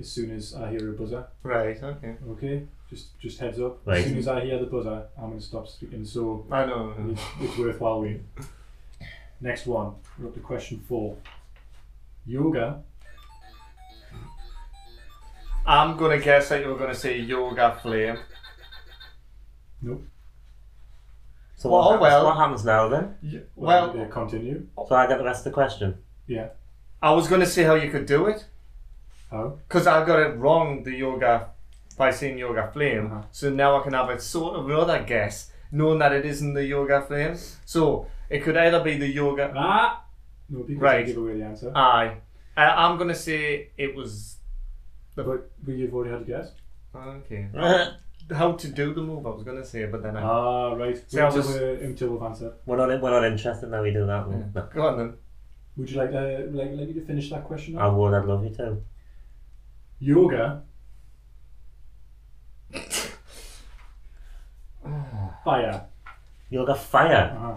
[SPEAKER 2] as soon as I hear a buzzer.
[SPEAKER 4] Right, okay.
[SPEAKER 2] Okay. Just just heads up.
[SPEAKER 1] Right.
[SPEAKER 2] As soon as I hear the buzzer, I'm going to stop speaking. So
[SPEAKER 4] I know. I know.
[SPEAKER 2] it's, it's worthwhile waiting. Next one. We're up to question four. Yoga.
[SPEAKER 4] I'm going to guess that you were going to say Yoga Flame.
[SPEAKER 2] Nope.
[SPEAKER 1] So
[SPEAKER 4] Well,
[SPEAKER 1] what, happens,
[SPEAKER 4] well.
[SPEAKER 1] what happens now then?
[SPEAKER 4] Well,
[SPEAKER 2] uh, continue.
[SPEAKER 1] So I get the rest of the question.
[SPEAKER 2] Yeah.
[SPEAKER 4] I was going to see how you could do it.
[SPEAKER 2] How?
[SPEAKER 4] because I got it wrong the yoga by saying yoga flame.
[SPEAKER 2] Uh-huh.
[SPEAKER 4] So now I can have a sort of another guess, knowing that it isn't the yoga flame. So it could either be the yoga.
[SPEAKER 2] Ah. No, because I
[SPEAKER 4] Right.
[SPEAKER 2] give away the answer.
[SPEAKER 1] Ah.
[SPEAKER 4] Aye, I, Uh, I'm gonna say it was.
[SPEAKER 2] But but you've already had a guess.
[SPEAKER 4] Okay. How to do the move? I was gonna say, but then I.
[SPEAKER 2] Ah, right.
[SPEAKER 4] So I
[SPEAKER 2] Wait
[SPEAKER 4] was-
[SPEAKER 2] until we're- until we've answered.
[SPEAKER 1] we're not we're not interested now. We do that. one. No.
[SPEAKER 4] Go on then.
[SPEAKER 2] Would you like to like like me to finish that question?
[SPEAKER 1] I
[SPEAKER 2] Off?
[SPEAKER 1] would. I'd love you to.
[SPEAKER 2] Yoga. Fire.
[SPEAKER 1] Yoga Fire.
[SPEAKER 2] Uh-huh.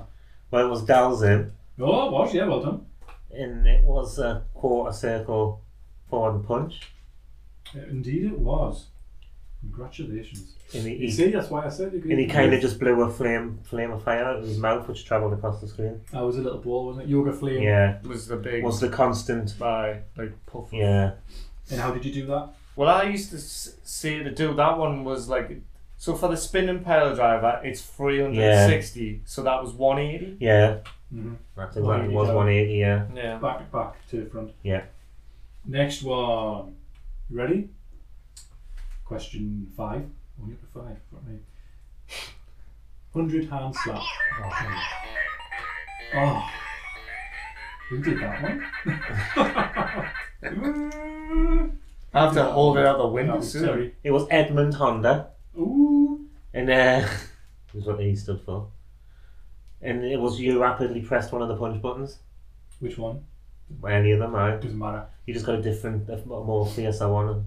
[SPEAKER 1] Well, it was Dalzin,
[SPEAKER 2] Oh, it was yeah, well done.
[SPEAKER 1] and it was a quarter circle forward punch.
[SPEAKER 2] Uh, Indeed, it was. Congratulations.
[SPEAKER 1] And he,
[SPEAKER 2] You
[SPEAKER 1] he-
[SPEAKER 2] see, that's why I said you could.
[SPEAKER 1] and he kind of just blew a flame flame of fire out of his mouth, which travelled across the screen.
[SPEAKER 2] That was a little ball, wasn't it? Yoga flame.
[SPEAKER 1] Yeah.
[SPEAKER 4] Was the big
[SPEAKER 1] Was the constant.
[SPEAKER 4] by like puff?
[SPEAKER 1] Yeah.
[SPEAKER 2] And how did you do that?
[SPEAKER 4] Well, I used to s- say to do that one was like. So for the spinning pile driver, it's 360. So that was 180.
[SPEAKER 1] Yeah.
[SPEAKER 2] Mm-hmm.
[SPEAKER 1] That's exactly
[SPEAKER 2] you
[SPEAKER 1] was
[SPEAKER 2] go.
[SPEAKER 1] 180. Yeah.
[SPEAKER 4] Yeah.
[SPEAKER 2] Back, back to the front.
[SPEAKER 1] Yeah.
[SPEAKER 2] Next one. You Ready? Question five. Only up to five. Got me. Hundred hand slap. Oh, who did that one?
[SPEAKER 4] I have to hold it out the
[SPEAKER 2] That
[SPEAKER 4] window
[SPEAKER 2] was
[SPEAKER 4] soon.
[SPEAKER 2] Terry.
[SPEAKER 1] It was Edmund Honda.
[SPEAKER 2] Ooh.
[SPEAKER 1] And uh, is what he stood for. And it was you rapidly pressed one of the punch buttons.
[SPEAKER 2] Which one?
[SPEAKER 1] Any of them, right?
[SPEAKER 2] Doesn't matter.
[SPEAKER 1] You just got a different, a more fiercer one.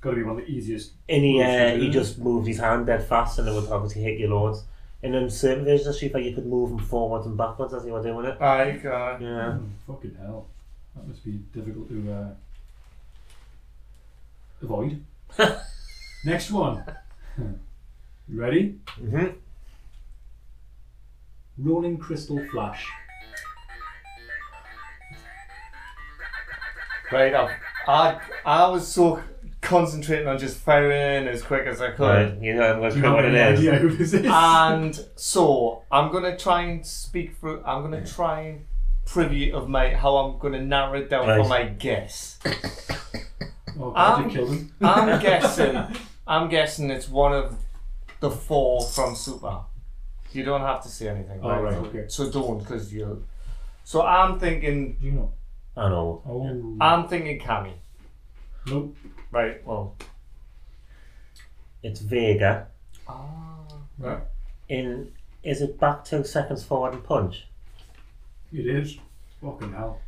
[SPEAKER 2] Got to be one of the easiest.
[SPEAKER 1] And he, uh,
[SPEAKER 2] Motion.
[SPEAKER 1] he just moved his hand dead fast and it would obviously hit your lords. And then certain versions of Street Fighter, you could move them forwards and backwards as you were doing it.
[SPEAKER 4] I uh,
[SPEAKER 1] Yeah.
[SPEAKER 2] Oh, fucking hell. That must be difficult to uh, avoid. Next one. you ready?
[SPEAKER 1] Mm-hmm.
[SPEAKER 2] Rolling Crystal Flash.
[SPEAKER 4] right up. I I was so concentrating on just firing as quick as I could.
[SPEAKER 1] Right. You know, let's
[SPEAKER 2] Do you
[SPEAKER 1] know what
[SPEAKER 2] have
[SPEAKER 1] it
[SPEAKER 2] any
[SPEAKER 1] is.
[SPEAKER 2] idea who this is?
[SPEAKER 4] And so I'm gonna try and speak through. I'm gonna try and privy of my how I'm gonna narrow it down
[SPEAKER 1] Right.
[SPEAKER 4] for my guess.
[SPEAKER 2] oh, God,
[SPEAKER 4] Um,
[SPEAKER 2] you killed him.
[SPEAKER 4] I'm guessing. I'm guessing it's one of the four from Super. You don't have to say anything.
[SPEAKER 2] Oh, right, okay.
[SPEAKER 4] So don't, because you. So I'm thinking.
[SPEAKER 2] Do you know?
[SPEAKER 1] I know.
[SPEAKER 2] Oh,
[SPEAKER 4] I'm thinking Cammy.
[SPEAKER 2] nope.
[SPEAKER 4] Right. Well.
[SPEAKER 1] It's Vega.
[SPEAKER 4] Ah.
[SPEAKER 2] Right.
[SPEAKER 1] In is it back two seconds forward and punch?
[SPEAKER 2] It is. Fucking hell.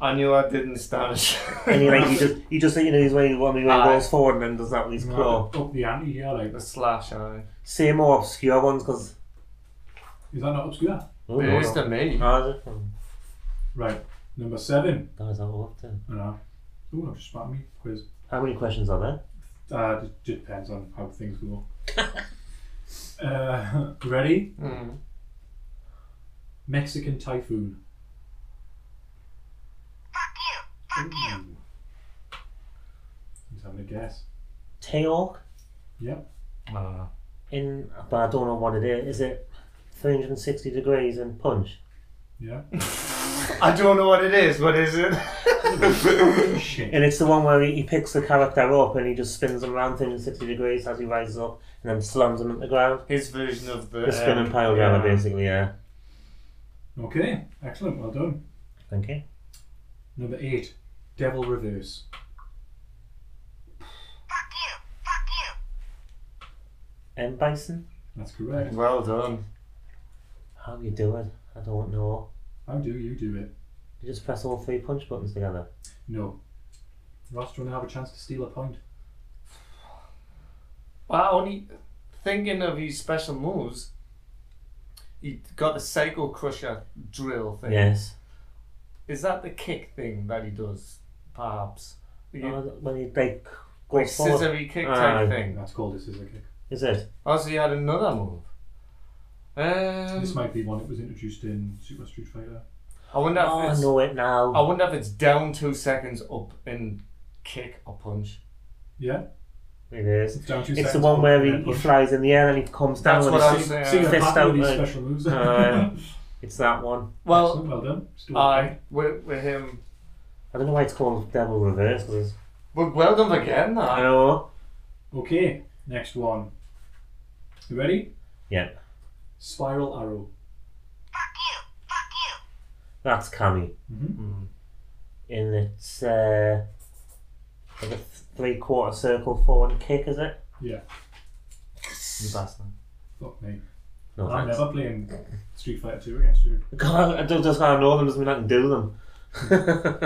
[SPEAKER 4] I knew I didn't stand a chance.
[SPEAKER 1] And you like you just you just think you know he's way one he
[SPEAKER 4] Aye.
[SPEAKER 1] rolls forward and then does that with his claw.
[SPEAKER 2] Up the ante here, like.
[SPEAKER 4] the slash. I.
[SPEAKER 1] Say more obscure ones because
[SPEAKER 2] Is that not obscure?
[SPEAKER 4] It is to me.
[SPEAKER 2] Right. Number seven.
[SPEAKER 1] all up to.
[SPEAKER 2] I know. Ooh, I've just spat me. Quiz.
[SPEAKER 1] How many questions are there?
[SPEAKER 2] Uh, it just depends on how things go. uh, ready?
[SPEAKER 4] Mm.
[SPEAKER 2] Mexican typhoon. Fuck you! Fuck you! He's having a guess.
[SPEAKER 1] Taorc
[SPEAKER 2] Yep.
[SPEAKER 4] Ah.
[SPEAKER 1] in, but I don't know what it is. Is it 360 degrees and punch?
[SPEAKER 2] Yeah.
[SPEAKER 4] I don't know what it is. What is it?
[SPEAKER 2] Shit.
[SPEAKER 1] And it's the one where he, he picks the character up and he just spins him around 360 degrees as he rises up and then slams him at the ground.
[SPEAKER 4] His version of the. um,
[SPEAKER 1] The spin and pile
[SPEAKER 4] yeah.
[SPEAKER 1] driver, basically. Yeah.
[SPEAKER 2] Okay. Excellent. Well done.
[SPEAKER 1] Thank you.
[SPEAKER 2] Number eight. Devil reverse.
[SPEAKER 1] M Bison,
[SPEAKER 2] That's correct.
[SPEAKER 4] Well done.
[SPEAKER 1] how you do it? I don't know.
[SPEAKER 2] How do you do it?
[SPEAKER 1] You just press all three punch buttons together.
[SPEAKER 2] No. Ross, do you want to have a chance to steal a point?
[SPEAKER 4] Well, only thinking of his special moves, he got the Psycho Crusher drill thing.
[SPEAKER 1] Yes.
[SPEAKER 4] Is that the kick thing that he does, perhaps? The
[SPEAKER 1] Oh, when you like go
[SPEAKER 4] like
[SPEAKER 1] forward-
[SPEAKER 4] scissory kick
[SPEAKER 1] Aye.
[SPEAKER 4] type thing.
[SPEAKER 2] That's called a scissor kick.
[SPEAKER 1] Is it?
[SPEAKER 4] Also, he had another move.
[SPEAKER 2] This
[SPEAKER 4] Um,
[SPEAKER 2] might be one that was introduced in Super Street Fighter.
[SPEAKER 4] I wonder if
[SPEAKER 1] Oh, I
[SPEAKER 4] it's,
[SPEAKER 1] know it now.
[SPEAKER 4] I wonder if it's down two seconds up and kick or punch.
[SPEAKER 2] Yeah.
[SPEAKER 1] It is.
[SPEAKER 2] It's down two
[SPEAKER 1] It's the
[SPEAKER 2] seconds
[SPEAKER 1] one
[SPEAKER 2] up
[SPEAKER 1] where
[SPEAKER 2] and
[SPEAKER 1] he,
[SPEAKER 2] then
[SPEAKER 1] he
[SPEAKER 2] push.
[SPEAKER 1] flies in the air and he comes down
[SPEAKER 4] That's
[SPEAKER 1] with
[SPEAKER 4] what
[SPEAKER 1] his
[SPEAKER 4] I
[SPEAKER 1] feet.
[SPEAKER 4] was saying.
[SPEAKER 2] See,
[SPEAKER 4] uh,
[SPEAKER 2] a
[SPEAKER 1] fist
[SPEAKER 2] pattern with
[SPEAKER 1] out, Uh,
[SPEAKER 2] these
[SPEAKER 1] like-
[SPEAKER 2] special moves.
[SPEAKER 1] Aye. It's that one.
[SPEAKER 4] Well,
[SPEAKER 2] Excellent, well done. Still
[SPEAKER 4] I with, with him.
[SPEAKER 1] I don't know why it's called Devil Reverse. 'cause it's-
[SPEAKER 4] But well done again,
[SPEAKER 1] I
[SPEAKER 4] though.
[SPEAKER 1] know.
[SPEAKER 2] Okay, next one. You ready?
[SPEAKER 1] Yeah,
[SPEAKER 2] Spiral arrow.
[SPEAKER 1] that's Cammy. Mm.
[SPEAKER 2] Mm-hmm.
[SPEAKER 1] And it's uh, like a three quarter circle forward kick, is it?
[SPEAKER 2] Yeah.
[SPEAKER 4] You bastard.
[SPEAKER 2] Fuck me.
[SPEAKER 1] No,
[SPEAKER 2] I'm
[SPEAKER 1] thanks.
[SPEAKER 2] never playing Street Fighter 2 against you.
[SPEAKER 1] God, I don't, just because I know them doesn't mean I can do them.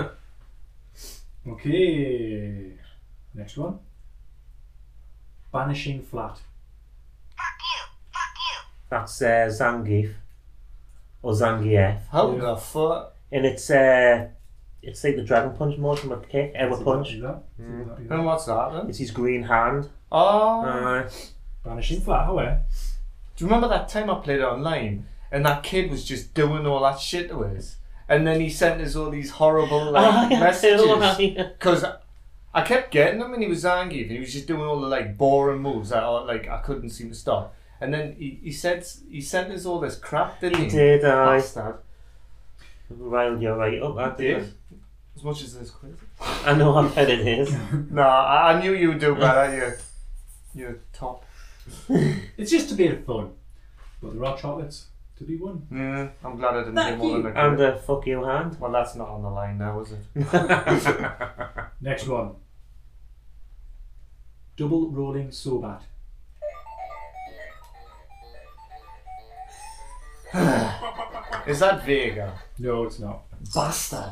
[SPEAKER 2] Okay. Next one. Banishing flat.
[SPEAKER 1] That's uh, Zangief. Or Zangief.
[SPEAKER 4] How
[SPEAKER 2] Yeah.
[SPEAKER 4] the fuck?
[SPEAKER 1] And it's uh, it's like the Dragon Punch motion with kick, ever
[SPEAKER 2] Is it
[SPEAKER 1] punch. Mm.
[SPEAKER 2] that? Is it that? Is it
[SPEAKER 4] Then
[SPEAKER 2] that?
[SPEAKER 4] what's that then?
[SPEAKER 1] It's his green hand.
[SPEAKER 4] Oh.
[SPEAKER 1] Aye.
[SPEAKER 2] Banishing flat, how eh?
[SPEAKER 4] Do you remember that time I played online and that kid was just doing all that shit to us? And then he sent us all these horrible like
[SPEAKER 1] Aye, I do,
[SPEAKER 4] messages
[SPEAKER 1] aye.
[SPEAKER 4] because I kept getting him, and he was angry, and he was just doing all the like boring moves that I, like I couldn't seem to stop. And then he, he said he sent us all this crap, didn't he?
[SPEAKER 1] He did, aye.
[SPEAKER 4] Bastard.
[SPEAKER 1] Riled you right up, that
[SPEAKER 4] Did.
[SPEAKER 1] did.
[SPEAKER 4] As much as this quiz.
[SPEAKER 1] I know how bad it is.
[SPEAKER 4] No, I, I knew you would do better. You, you top.
[SPEAKER 2] It's just a bit of fun. But there are chocolates to be won.
[SPEAKER 4] Yeah, I'm glad I didn't do more than a
[SPEAKER 1] And
[SPEAKER 4] quiz.
[SPEAKER 1] a fuck you hand.
[SPEAKER 4] Well, that's not on the line now, is it?
[SPEAKER 2] Next one. Double rolling sobat.
[SPEAKER 4] Is that Vega?
[SPEAKER 2] No, it's not.
[SPEAKER 4] Bastard.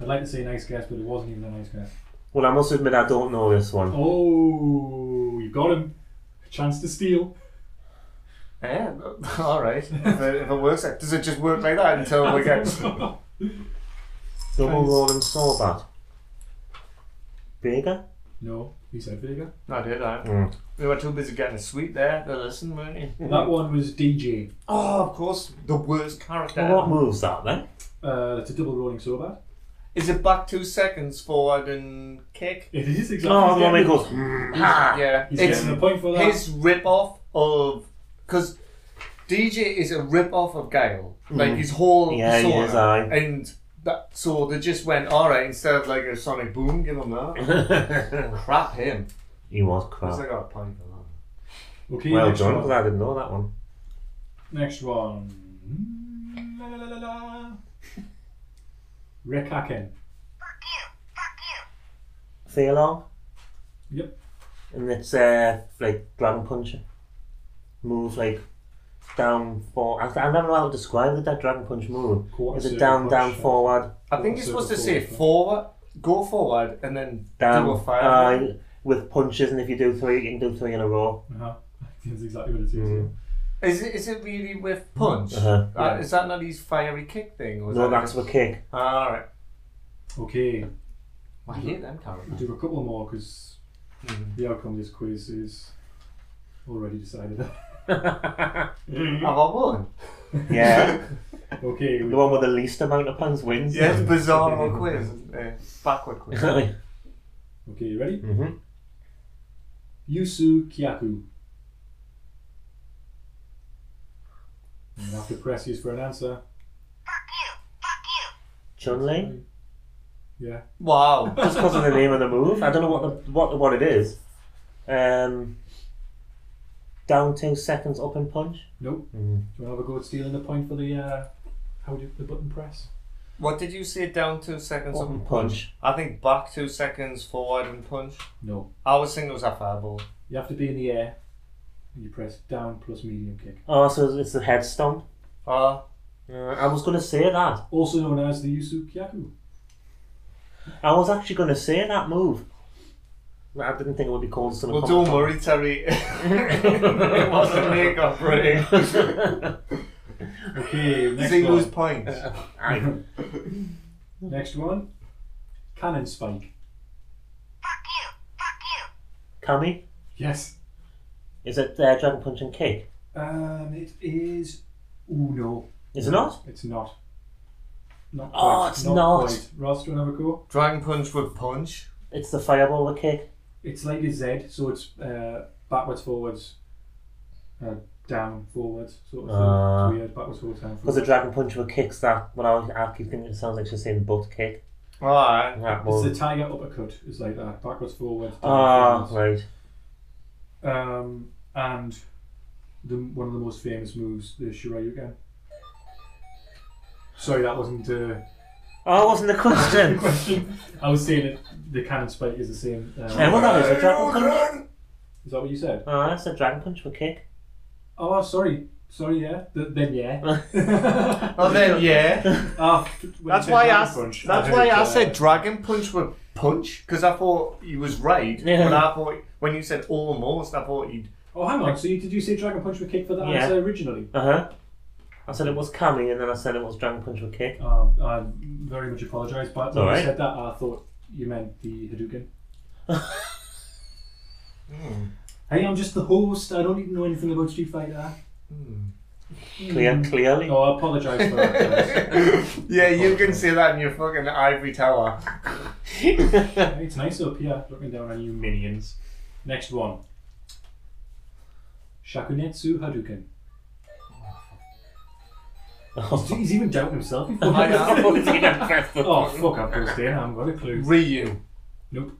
[SPEAKER 2] I'd like to say nice guess, but it wasn't even a nice guess.
[SPEAKER 1] Well, I must admit I don't know this one.
[SPEAKER 2] Oh, you got him. Chance to steal.
[SPEAKER 4] Yeah, all right. If it, if it works, out. does it just work like that
[SPEAKER 1] Oh
[SPEAKER 4] until we get?
[SPEAKER 1] Double
[SPEAKER 2] Thanks.
[SPEAKER 1] rolling sobat. Bigger?
[SPEAKER 2] no, he said Vega.
[SPEAKER 4] I did. I.
[SPEAKER 1] Mm.
[SPEAKER 4] We were too busy getting a sweet there to listen, weren't we?
[SPEAKER 2] That one was DJ.
[SPEAKER 4] Oh, of course, the worst character.
[SPEAKER 1] Well, what
[SPEAKER 4] ever.
[SPEAKER 1] moves that then?
[SPEAKER 2] Uh, that's a double rolling sobat.
[SPEAKER 4] Is it back two seconds forward and kick?
[SPEAKER 2] It is exactly.
[SPEAKER 1] Oh, the one where he
[SPEAKER 2] he's
[SPEAKER 1] goes.
[SPEAKER 2] getting,
[SPEAKER 1] "Mm, ah."
[SPEAKER 4] Yeah,
[SPEAKER 2] he's
[SPEAKER 4] it's
[SPEAKER 2] getting the point for that.
[SPEAKER 4] his rip-off of because DJ is a rip-off of Gale, like his whole
[SPEAKER 1] Mm. Yeah, he
[SPEAKER 4] persona.
[SPEAKER 1] is, aye.
[SPEAKER 4] and that so they just went all right instead of like a Sonic Boom, give him that. Crap him.
[SPEAKER 1] mm-hmm. he was
[SPEAKER 4] He's
[SPEAKER 1] crap.
[SPEAKER 4] like got a point for that.
[SPEAKER 2] Okay,
[SPEAKER 1] Well
[SPEAKER 2] next
[SPEAKER 1] done,
[SPEAKER 2] one.
[SPEAKER 1] because I didn't know that one.
[SPEAKER 2] Next one. La, la, la, la, la. Rick Hacken.
[SPEAKER 1] Theolong?
[SPEAKER 2] Yep.
[SPEAKER 1] And it's uh, like Dragon Puncher. Move like down, forward. I, I never know how to describe it, that Dragon Punch move.
[SPEAKER 2] Quarter
[SPEAKER 1] Is it
[SPEAKER 2] circle
[SPEAKER 1] down,
[SPEAKER 2] punch,
[SPEAKER 1] down,
[SPEAKER 2] yeah.
[SPEAKER 1] forward?
[SPEAKER 4] I think you're
[SPEAKER 2] Super
[SPEAKER 4] supposed to
[SPEAKER 2] cool,
[SPEAKER 4] say
[SPEAKER 2] yeah.
[SPEAKER 4] forward, go forward, and then
[SPEAKER 1] Down.
[SPEAKER 4] do a fire.
[SPEAKER 1] aye, with punches, and if you do three, you can do three in a row.
[SPEAKER 2] Uh-huh. That's exactly what it is.
[SPEAKER 1] Mm.
[SPEAKER 4] Is it is it really with punch?
[SPEAKER 1] Uh-huh.
[SPEAKER 4] Uh, is that not his fiery kick thing? Or is
[SPEAKER 1] No,
[SPEAKER 4] that
[SPEAKER 1] that's with kick.
[SPEAKER 4] all right.
[SPEAKER 2] Okay,
[SPEAKER 4] I hate them characters.
[SPEAKER 2] we'll do a couple more because
[SPEAKER 1] Mm-hmm.
[SPEAKER 2] the outcome of this quiz is already decided.
[SPEAKER 4] Have I won?
[SPEAKER 1] Yeah.
[SPEAKER 2] okay,
[SPEAKER 1] the
[SPEAKER 2] we,
[SPEAKER 1] one with the least amount of pants wins.
[SPEAKER 4] Yeah, it's bizarre little quiz. Uh, backward quiz.
[SPEAKER 1] mm-hmm.
[SPEAKER 2] okay, you ready? Yusu Kyaku. And you have to press yous for an answer.
[SPEAKER 1] Chun Li?
[SPEAKER 2] Yeah.
[SPEAKER 4] Wow.
[SPEAKER 1] Just because of the name of the move. I don't know what the, what what it is. Um, down two seconds, up and punch.
[SPEAKER 2] Nope. Do you want to have a go at stealing the point for the uh, how do you, the button press?
[SPEAKER 4] What did you say? Down two seconds
[SPEAKER 1] Up
[SPEAKER 4] up
[SPEAKER 1] and punch.
[SPEAKER 4] I think back two seconds forward and punch.
[SPEAKER 2] No.
[SPEAKER 4] I was thinking it was a fireball.
[SPEAKER 2] You have to be in the air, and you press down plus medium kick,
[SPEAKER 1] Oh, so it's the head stomp.
[SPEAKER 4] Uh,
[SPEAKER 1] Uh, I was going to say that.
[SPEAKER 2] also known as the Yusu Kyaku.
[SPEAKER 1] I was actually going to say that move. I didn't think it would be called something.
[SPEAKER 4] well, don't worry, Terry. it wasn't make or break.
[SPEAKER 2] Okay,
[SPEAKER 4] Does
[SPEAKER 2] next
[SPEAKER 4] he lose
[SPEAKER 2] one.
[SPEAKER 4] points?
[SPEAKER 2] Next one. Cannon spike.
[SPEAKER 1] Kami,
[SPEAKER 2] Yes.
[SPEAKER 1] is it uh, Dragon Punch and Kick?
[SPEAKER 2] Um, it is. Oh no,
[SPEAKER 1] Is it not?
[SPEAKER 2] it's not. Not quite.
[SPEAKER 1] Oh, it's not.
[SPEAKER 2] Quite. Ross, do you want to have a go?
[SPEAKER 4] Dragon punch with punch.
[SPEAKER 1] It's the fireball, the kick.
[SPEAKER 2] It's like a Z, so it's uh, backwards, forwards, uh, down, forwards, sort of thing.
[SPEAKER 1] Ah.
[SPEAKER 2] it's weird. Backwards, forwards, down,
[SPEAKER 1] Because
[SPEAKER 2] forwards.
[SPEAKER 1] the Dragon Punch with kicks that. When I, was, I keep thinking it sounds like she's saying butt kick.
[SPEAKER 4] Alright.
[SPEAKER 1] That
[SPEAKER 2] It's
[SPEAKER 1] one.
[SPEAKER 2] the tiger uppercut. It's like that. Backwards, forwards. Down,
[SPEAKER 1] Ah,
[SPEAKER 2] forwards.
[SPEAKER 1] right.
[SPEAKER 2] Um, and the, one of the most famous moves, the Shirayugan. Sorry, that wasn't uh,
[SPEAKER 1] Oh, wasn't the
[SPEAKER 2] the
[SPEAKER 1] question.
[SPEAKER 2] question. I was saying it, the cannon spike is the same. Um,
[SPEAKER 1] Yeah, well, that is a dragon punch.
[SPEAKER 2] Is that what you said?
[SPEAKER 1] Oh, that's a dragon punch with kick.
[SPEAKER 2] Oh, sorry. Sorry, yeah. Th- then, yeah.
[SPEAKER 4] Oh, then yeah.
[SPEAKER 2] Ah, f- when you
[SPEAKER 4] That's
[SPEAKER 2] said
[SPEAKER 4] why I.
[SPEAKER 2] dragon
[SPEAKER 4] s-
[SPEAKER 2] punch,
[SPEAKER 4] that's
[SPEAKER 2] heard,
[SPEAKER 4] why I
[SPEAKER 2] uh,
[SPEAKER 4] said dragon punch with punch because I thought he was right,
[SPEAKER 1] Yeah.
[SPEAKER 4] but I thought when you said almost, I thought he'd.
[SPEAKER 2] Oh, hang on. So, you, did you say dragon punch with kick for that
[SPEAKER 1] Yeah.
[SPEAKER 2] answer originally?
[SPEAKER 1] Uh huh. I said it was Kami, and then I said it was dragon punch with kick.
[SPEAKER 2] Um, I very much apologise, but when
[SPEAKER 1] alright.
[SPEAKER 2] you said that, I thought you meant the Hadouken. Hey, I'm just the host. I don't even know anything about Street Fighter.
[SPEAKER 4] Hmm.
[SPEAKER 1] Clear, clearly.
[SPEAKER 2] Oh, I apologise for that. guys.
[SPEAKER 4] Yeah, you can say that in your fucking ivory tower.
[SPEAKER 2] Hey, it's nice up here, looking down on you minions. Next one. Shakunetsu Hadouken. He's, he's even doubting himself. before-
[SPEAKER 4] I
[SPEAKER 1] I
[SPEAKER 4] know.
[SPEAKER 1] wasn't even pressed the-
[SPEAKER 2] oh, fuck, I've got I haven't got a clue.
[SPEAKER 4] Ryu.
[SPEAKER 2] Nope.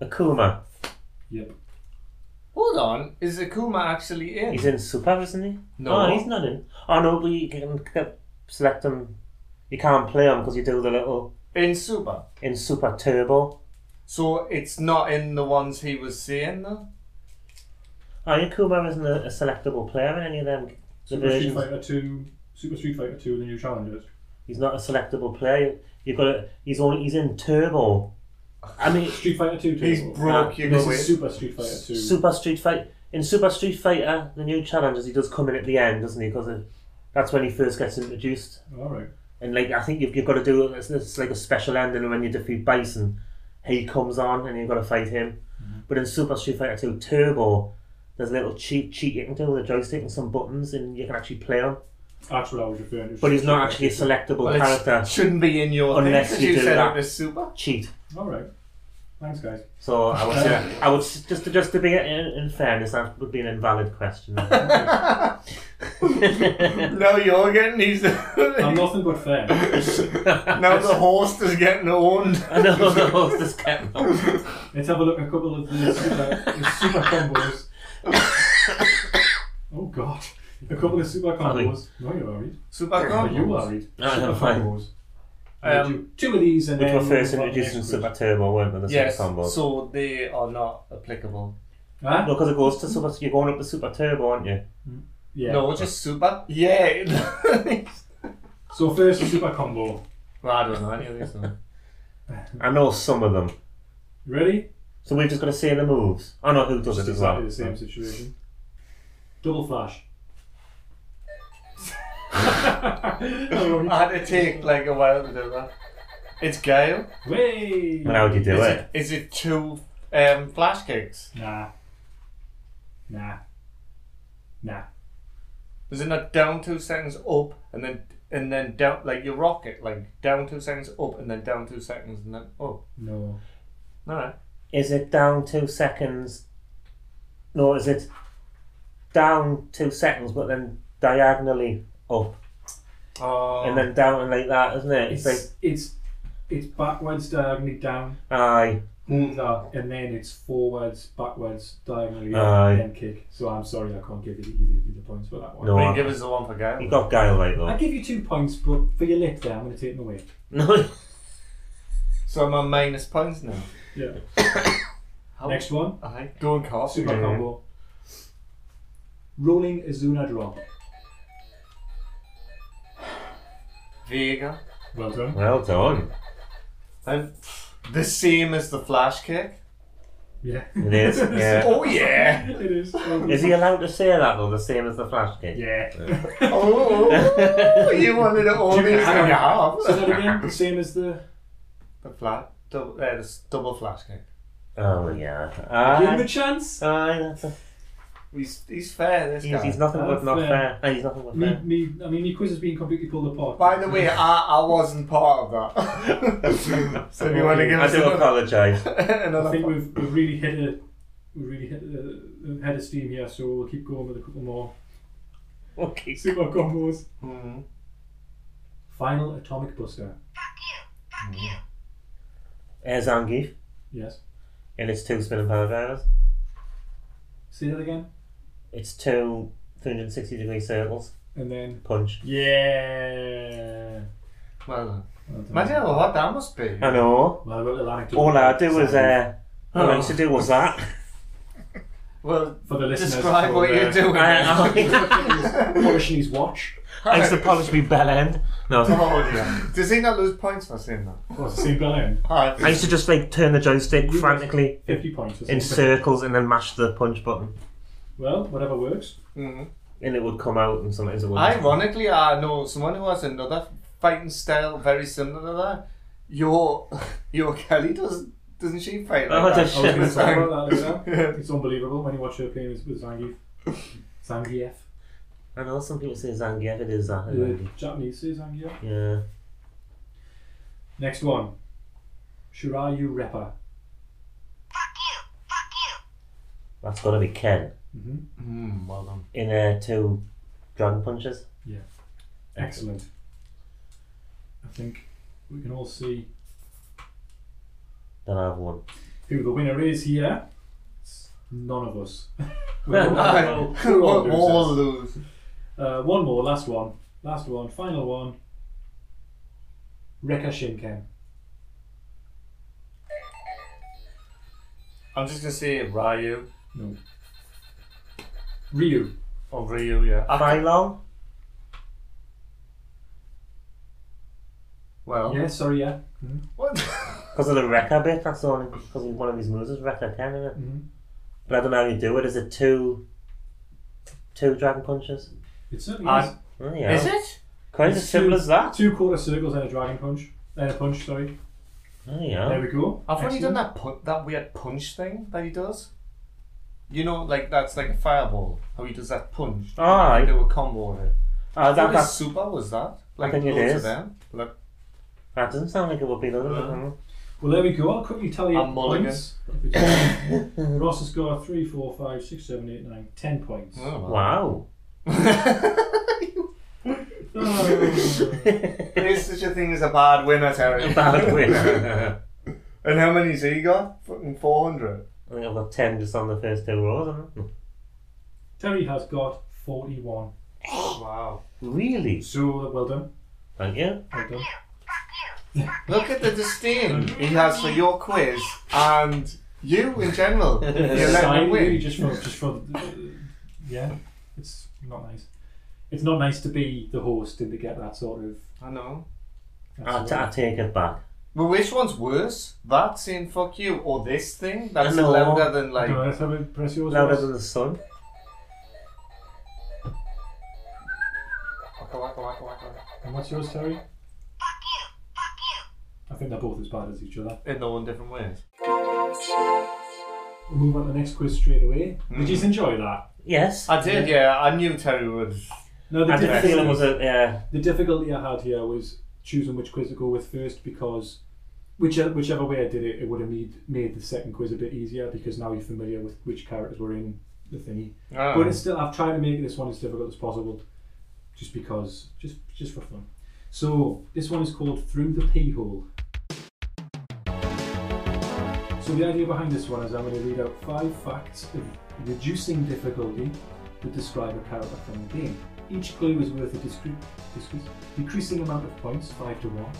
[SPEAKER 1] Akuma.
[SPEAKER 2] Yep.
[SPEAKER 4] Hold on, is Akuma actually in?
[SPEAKER 1] He's in Super, isn't he?
[SPEAKER 4] No.
[SPEAKER 1] Oh, he's not in. Oh, no, but you can c- select him. You can't play him because you do the little
[SPEAKER 4] in Super.
[SPEAKER 1] in Super Turbo.
[SPEAKER 4] So it's not in the ones he was saying though.
[SPEAKER 1] Iron Kuma Oh, isn't a, a selectable player in any of them
[SPEAKER 2] Super Street
[SPEAKER 1] divisions.
[SPEAKER 2] Fighter Two, Super Street Fighter Two, and the new challengers.
[SPEAKER 1] He's not a selectable player. You've got to, he's only he's in Turbo. I mean,
[SPEAKER 2] Street Fighter Two. too.
[SPEAKER 4] He's broke you
[SPEAKER 2] This
[SPEAKER 4] go
[SPEAKER 2] is
[SPEAKER 4] with.
[SPEAKER 2] Super Street Fighter Two.
[SPEAKER 1] Super Street Fight in Super Street Fighter, the new challenges he does come in at the end, doesn't he? Because that's when he first gets introduced.
[SPEAKER 2] All right.
[SPEAKER 1] And like I think you've, you've got to do it's, it's like a special ending when you defeat Bison, he comes on and you've got to fight him.
[SPEAKER 4] Mm-hmm.
[SPEAKER 1] But in Super Street Fighter Two Turbo, there's a little cheat cheat you can do with a joystick and some buttons, and you can actually play him.
[SPEAKER 2] That's what I was referring to.
[SPEAKER 1] But he's not actually a selectable
[SPEAKER 4] Well, it's-
[SPEAKER 1] character.
[SPEAKER 4] shouldn't be in your
[SPEAKER 1] Unless
[SPEAKER 4] thing, 'cause
[SPEAKER 1] you
[SPEAKER 4] you
[SPEAKER 1] do
[SPEAKER 4] said
[SPEAKER 1] that.
[SPEAKER 4] it was super.
[SPEAKER 1] Cheat.
[SPEAKER 2] All right. Thanks, guys.
[SPEAKER 1] So I would,
[SPEAKER 4] Yeah.
[SPEAKER 1] I would s- just to, just to be in, in fairness, that would be an invalid question.
[SPEAKER 4] No, you're getting these.
[SPEAKER 2] I'm
[SPEAKER 4] now
[SPEAKER 2] nothing but fair.
[SPEAKER 4] the horse is getting owned.
[SPEAKER 1] I know the horse just kept.
[SPEAKER 2] Let's have a look at a couple of the super, the super combos. oh God. A couple of super
[SPEAKER 1] Sorry.
[SPEAKER 2] combos. No, you're worried.
[SPEAKER 4] Super
[SPEAKER 2] Are
[SPEAKER 4] cool.
[SPEAKER 2] you worried?
[SPEAKER 1] No,
[SPEAKER 2] super
[SPEAKER 1] I'm fine.
[SPEAKER 2] combos.
[SPEAKER 4] Um,
[SPEAKER 2] We'll do two of these and
[SPEAKER 1] Which
[SPEAKER 2] then
[SPEAKER 1] were first
[SPEAKER 2] we'll go on
[SPEAKER 1] introduced in
[SPEAKER 2] next
[SPEAKER 1] Super
[SPEAKER 2] week.
[SPEAKER 1] Turbo, weren't they? The
[SPEAKER 4] Yes,
[SPEAKER 1] Super Combo.
[SPEAKER 4] so they are not applicable.
[SPEAKER 2] Huh?
[SPEAKER 1] because it goes to Super. You're going up to Super Turbo, aren't you?
[SPEAKER 2] Yeah.
[SPEAKER 4] No, just super. Yeah. well,
[SPEAKER 2] So first super combo.
[SPEAKER 4] I don't know any of these. though.
[SPEAKER 1] I know some of them.
[SPEAKER 2] You ready?
[SPEAKER 1] So we've just got to say the moves. I know who does
[SPEAKER 2] Just
[SPEAKER 1] it as well.
[SPEAKER 2] exactly the same situation. Double flash. Oh,
[SPEAKER 4] I had to take like a while to do that. It's Gale.
[SPEAKER 2] Way.
[SPEAKER 1] And how do you do
[SPEAKER 4] is
[SPEAKER 1] it?
[SPEAKER 4] it? Is it two um, flash kicks?
[SPEAKER 2] Nah. Nah. Nah.
[SPEAKER 4] Is it not down two seconds up and then and then down like you rock it like down two seconds up and then down two seconds and then up. All
[SPEAKER 2] No.
[SPEAKER 4] right.
[SPEAKER 1] Is it down two seconds? No, is it down two seconds, but then diagonally up
[SPEAKER 4] Oh.
[SPEAKER 1] and then down and like that, isn't it? It's,
[SPEAKER 2] It's it's it's backwards diagonally down
[SPEAKER 1] like aye,
[SPEAKER 2] that, and then it's forwards backwards diagonally
[SPEAKER 1] Aye.
[SPEAKER 2] up, then kick. So I'm sorry I can't give you the, you the, the points for that one.
[SPEAKER 1] No.
[SPEAKER 4] Will you give us the one for Gale.
[SPEAKER 1] you got Guile right
[SPEAKER 2] I
[SPEAKER 1] though.
[SPEAKER 2] give you two points, but for your lip there, I'm going to take them away.
[SPEAKER 1] No,
[SPEAKER 4] So I'm on minus points now.
[SPEAKER 2] Yeah.
[SPEAKER 4] How-
[SPEAKER 2] Next one.
[SPEAKER 4] Aye. Go and cast.
[SPEAKER 2] Super
[SPEAKER 1] Mhm.
[SPEAKER 2] combo. Rolling Azuna drop.
[SPEAKER 4] Vega.
[SPEAKER 2] Well done.
[SPEAKER 1] well done.
[SPEAKER 4] And the same as the flash kick.
[SPEAKER 2] Yeah.
[SPEAKER 1] It is. Yeah.
[SPEAKER 4] Oh yeah.
[SPEAKER 2] it is.
[SPEAKER 1] Is he allowed to say that though? The same as the flash kick.
[SPEAKER 2] Yeah.
[SPEAKER 4] Oh, you wanted it all
[SPEAKER 2] You can
[SPEAKER 4] these
[SPEAKER 2] hang
[SPEAKER 4] and you have.
[SPEAKER 2] Say that again. Same as the.
[SPEAKER 4] The flat, double, uh, the s- double flash kick.
[SPEAKER 1] Oh yeah.
[SPEAKER 2] Give him a
[SPEAKER 1] Aye.
[SPEAKER 2] chance.
[SPEAKER 1] Aye, that's a,
[SPEAKER 4] He's, he's fair, this
[SPEAKER 1] he's,
[SPEAKER 4] guy.
[SPEAKER 1] he's nothing but not
[SPEAKER 2] That's
[SPEAKER 1] fair. Aye, He's nothing but
[SPEAKER 2] Me,
[SPEAKER 1] fair.
[SPEAKER 2] me, I mean, my quiz has been completely pulled apart.
[SPEAKER 4] By the way, I, I wasn't part of that. so if you want to give
[SPEAKER 1] I
[SPEAKER 4] us
[SPEAKER 1] do
[SPEAKER 4] another,
[SPEAKER 1] apologise.
[SPEAKER 2] I
[SPEAKER 4] another
[SPEAKER 2] think
[SPEAKER 4] po-
[SPEAKER 2] we've, we've really hit a we really hit a, a head of steam here, so we'll keep going with a couple more
[SPEAKER 1] okay.
[SPEAKER 2] super combos.
[SPEAKER 4] Mhm.
[SPEAKER 2] Final atomic buster.
[SPEAKER 1] There's Zangief
[SPEAKER 2] Yes.
[SPEAKER 1] and it's two spinning power drivers.
[SPEAKER 2] Say that again,
[SPEAKER 1] It's two 360 degree circles.
[SPEAKER 2] and then
[SPEAKER 1] Punch.
[SPEAKER 2] yeah.
[SPEAKER 4] Well done.
[SPEAKER 2] Well done.
[SPEAKER 4] Imagine how hot that must be.
[SPEAKER 1] I know.
[SPEAKER 2] Well, I've got a little anecdote.
[SPEAKER 1] All I do was uh, all I
[SPEAKER 4] Oh.
[SPEAKER 1] used to do was that.
[SPEAKER 4] Well,
[SPEAKER 2] for the listeners.
[SPEAKER 4] describe
[SPEAKER 2] for
[SPEAKER 4] what
[SPEAKER 2] the-
[SPEAKER 4] you're doing.
[SPEAKER 2] Polishing his watch.
[SPEAKER 1] I used to polish me bell end. No,
[SPEAKER 4] Oh, dear. Does he not lose points for saying that?
[SPEAKER 2] What's the same bell
[SPEAKER 1] I used to just like turn the joystick
[SPEAKER 2] You-
[SPEAKER 1] frantically
[SPEAKER 2] Fifty points. Or
[SPEAKER 1] in
[SPEAKER 2] something.
[SPEAKER 1] circles and then mash the punch button,
[SPEAKER 2] Well, whatever works.
[SPEAKER 4] Mhm.
[SPEAKER 1] and it would come out, and sometimes it would.
[SPEAKER 4] Ironically, I know someone who has another fighting style very similar to that. Your your Kelly does doesn't she fight like
[SPEAKER 1] Oh,
[SPEAKER 4] that?
[SPEAKER 1] does
[SPEAKER 2] I was
[SPEAKER 1] she?
[SPEAKER 2] going to talk about that as well. It's unbelievable when you watch her play with with Zangief. Zangief.
[SPEAKER 1] I know some people say Zangief. It is that.
[SPEAKER 2] The Japanese say Zangief.
[SPEAKER 1] Yeah.
[SPEAKER 2] Next one. Shirayu Repa.
[SPEAKER 1] That's got to be Ken
[SPEAKER 2] Mm-hmm.
[SPEAKER 4] Hmm, well done.
[SPEAKER 1] in uh, two dragon punches.
[SPEAKER 2] Excellent. I think we can all see
[SPEAKER 1] Then I have one.
[SPEAKER 2] who the winner is here. It's none of us.
[SPEAKER 4] Aye.
[SPEAKER 2] we're all
[SPEAKER 4] We'll all
[SPEAKER 2] losers.
[SPEAKER 4] lose.
[SPEAKER 2] Uh, one more, last one, last one, final one. Rekka Shinken.
[SPEAKER 4] I'm just gonna say Ryu
[SPEAKER 2] No. Ryu.
[SPEAKER 4] or Ryu, yeah. I think-
[SPEAKER 1] Philo? Oh.
[SPEAKER 4] well,
[SPEAKER 2] Yeah, sorry, yeah.
[SPEAKER 4] what?
[SPEAKER 1] Because of the wrecker bit, that's the only. Because one of his moves is wrecker 10, isn't it?
[SPEAKER 2] Mhm.
[SPEAKER 1] But I don't know how you do it. Is it two. two dragon punches?
[SPEAKER 2] It certainly
[SPEAKER 4] I-
[SPEAKER 2] is.
[SPEAKER 1] Oh, yeah.
[SPEAKER 4] Is it?
[SPEAKER 1] Quite as
[SPEAKER 2] It's
[SPEAKER 1] simple
[SPEAKER 2] two-
[SPEAKER 1] as that.
[SPEAKER 2] Two quarter circles and a dragon punch. And a punch, sorry.
[SPEAKER 1] Oh, yeah.
[SPEAKER 2] There we go.
[SPEAKER 4] I've already done that
[SPEAKER 2] Excellent.
[SPEAKER 4] pu- that weird punch thing that he does. You know, like that's like a fireball. How he does that punch.
[SPEAKER 1] Ah,
[SPEAKER 4] and
[SPEAKER 1] I-
[SPEAKER 4] do a combo with it.
[SPEAKER 1] Oh, that,
[SPEAKER 4] What is
[SPEAKER 1] that,
[SPEAKER 4] super was that? Like
[SPEAKER 1] think it
[SPEAKER 4] loads
[SPEAKER 1] is.
[SPEAKER 4] of them. Like,
[SPEAKER 1] that doesn't sound like it would be, does it?
[SPEAKER 4] Uh.
[SPEAKER 2] Well, there we go. I'll quickly tell you
[SPEAKER 4] And Mulligan.
[SPEAKER 2] points. If it's- Ross has got three, four, five, six, seven, eight, nine, ten points.
[SPEAKER 4] oh,
[SPEAKER 1] Wow.
[SPEAKER 2] Oh.
[SPEAKER 4] There is such a thing as a bad winner, Terry.
[SPEAKER 1] Bad winner.
[SPEAKER 4] and how many's he got? Fucking 400.
[SPEAKER 1] I think I've got 10 just on the first two rows, haven't
[SPEAKER 2] Terry has got 41.
[SPEAKER 4] Wow.
[SPEAKER 1] I? Really?
[SPEAKER 2] So, well done.
[SPEAKER 1] Thank you.
[SPEAKER 2] Well done.
[SPEAKER 4] Look at the disdain he has for your quiz and you in general. You're letting him
[SPEAKER 2] Sign you
[SPEAKER 4] win.
[SPEAKER 2] just for, just for the- uh, yeah, it's not nice. It's not nice to be the host and to get that sort of.
[SPEAKER 4] I know.
[SPEAKER 2] that
[SPEAKER 1] I,
[SPEAKER 2] sort
[SPEAKER 1] t- I
[SPEAKER 2] of-
[SPEAKER 1] take it back.
[SPEAKER 4] Well, which one's worse? That saying fuck you or this thing? That's
[SPEAKER 1] No.
[SPEAKER 4] louder than like.
[SPEAKER 2] Do I have to press yours?
[SPEAKER 1] Louder
[SPEAKER 2] Ross?
[SPEAKER 1] than the sun.
[SPEAKER 4] Waka, waka, waka, waka, waka.
[SPEAKER 2] And what's yours, Terry? Fuck you! Fuck you! I think they're both as bad as each other.
[SPEAKER 4] In their own different ways.
[SPEAKER 2] We'll move on to the next quiz straight away.
[SPEAKER 1] Hmm.
[SPEAKER 2] Did you enjoy that?
[SPEAKER 1] Yes.
[SPEAKER 4] I did, yeah. I knew Terry would.
[SPEAKER 2] No, the,
[SPEAKER 1] I did feel it was
[SPEAKER 2] difficulty,
[SPEAKER 1] a. Uh,
[SPEAKER 2] the difficulty I had here was choosing which quiz to go with first because whichever, whichever way I did it, it would have made, made the second quiz a bit easier because now you're familiar with which characters were in the thingy.
[SPEAKER 4] Ah.
[SPEAKER 2] But it's still, I've tried to make this one as difficult as possible just because, just, just for fun. So, this one is called Through the Pee Hole. So the idea behind this one is I'm going to read out five facts of reducing difficulty that describe a character from the game. Each clue is worth a discre- discre- decreasing amount of points, five to one.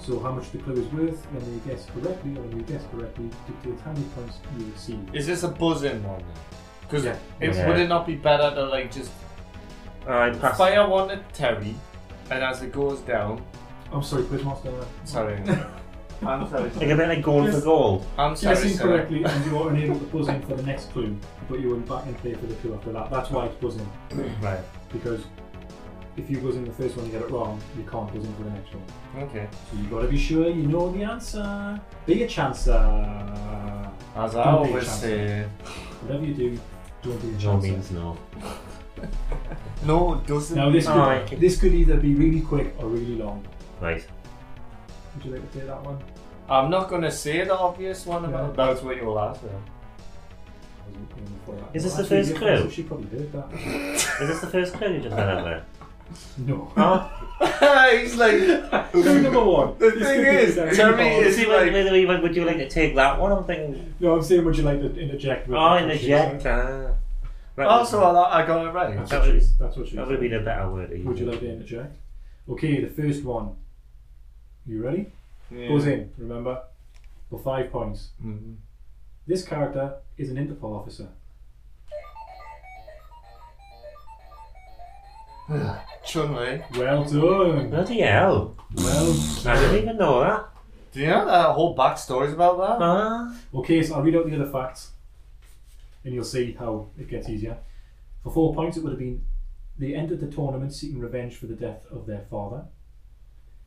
[SPEAKER 2] So how much the clue is worth when you guess correctly, or when you guess correctly, dictates how many points you receive.
[SPEAKER 4] Is this a buzzing one? Because
[SPEAKER 2] Yeah.
[SPEAKER 4] it,
[SPEAKER 1] Yeah.
[SPEAKER 4] would it not be better to like just
[SPEAKER 1] I passed.
[SPEAKER 4] fire one at Terry, and as it goes down,
[SPEAKER 2] I'm sorry, Quizmaster.
[SPEAKER 4] sorry, I'm sorry,
[SPEAKER 1] Like a bit like going for
[SPEAKER 2] Yes.
[SPEAKER 1] gold.
[SPEAKER 4] I'm sorry,
[SPEAKER 2] Guessing
[SPEAKER 4] sorry.
[SPEAKER 2] correctly, and you are unable to buzz in for the next clue, but you are back in play for the clue after that. That's why it's buzzing.
[SPEAKER 4] Right.
[SPEAKER 2] because if you buzz in the first one and get it wrong, you can't buzz in for the next one.
[SPEAKER 4] Okay.
[SPEAKER 2] So you've got to be sure you know the answer. Be a chancer.
[SPEAKER 4] As
[SPEAKER 2] Don't
[SPEAKER 4] I
[SPEAKER 2] be
[SPEAKER 4] always
[SPEAKER 2] chancy.
[SPEAKER 4] say,
[SPEAKER 2] Whatever you do, don't be a
[SPEAKER 1] No
[SPEAKER 2] chancer.
[SPEAKER 1] means no.
[SPEAKER 4] no, it doesn't.
[SPEAKER 2] now this could,
[SPEAKER 1] Alright.
[SPEAKER 2] this could either be really quick or really long.
[SPEAKER 1] Right.
[SPEAKER 2] Would you like to take that one?
[SPEAKER 4] I'm not gonna say the obvious one about. That's what you will ask. Yeah.
[SPEAKER 2] I wasn't aiming for that.
[SPEAKER 1] Is this the
[SPEAKER 2] Actually,
[SPEAKER 1] first
[SPEAKER 2] yeah,
[SPEAKER 1] clue?
[SPEAKER 2] She probably heard that.
[SPEAKER 1] Is this the first clue you just had out there?
[SPEAKER 2] No.
[SPEAKER 1] Oh,
[SPEAKER 4] He's like,
[SPEAKER 2] clue number one.
[SPEAKER 4] The
[SPEAKER 2] This
[SPEAKER 4] thing
[SPEAKER 2] could be
[SPEAKER 4] is,
[SPEAKER 2] the second
[SPEAKER 4] Jeremy
[SPEAKER 2] one.
[SPEAKER 4] is-
[SPEAKER 1] see, like, wait, wait, wait, would you like to take that one? I'm thinking.
[SPEAKER 2] No, I'm saying would you like to interject? With
[SPEAKER 1] Oh,
[SPEAKER 2] that?
[SPEAKER 1] in the jet. Ah. That
[SPEAKER 4] also,
[SPEAKER 1] would-
[SPEAKER 4] Oh, I, I got it right.
[SPEAKER 2] That's
[SPEAKER 1] That
[SPEAKER 2] what she,
[SPEAKER 1] was-
[SPEAKER 2] that's what she
[SPEAKER 1] that would have been a better word. to use.
[SPEAKER 2] Would you like to interject? Okay, the first one. You ready?
[SPEAKER 4] Yeah.
[SPEAKER 2] Goes in, remember? For five points.
[SPEAKER 4] Mhm.
[SPEAKER 2] This character is an Interpol officer.
[SPEAKER 4] Chun-Li.
[SPEAKER 2] Well done!
[SPEAKER 1] Bloody hell.
[SPEAKER 2] Well
[SPEAKER 1] I didn't even know that.
[SPEAKER 4] Do you know that whole backstory's about that?
[SPEAKER 1] Ah.
[SPEAKER 2] Okay, so I'll read out the other facts and you'll see how it gets easier. For four points, it would have been they entered the tournament seeking revenge for the death of their father.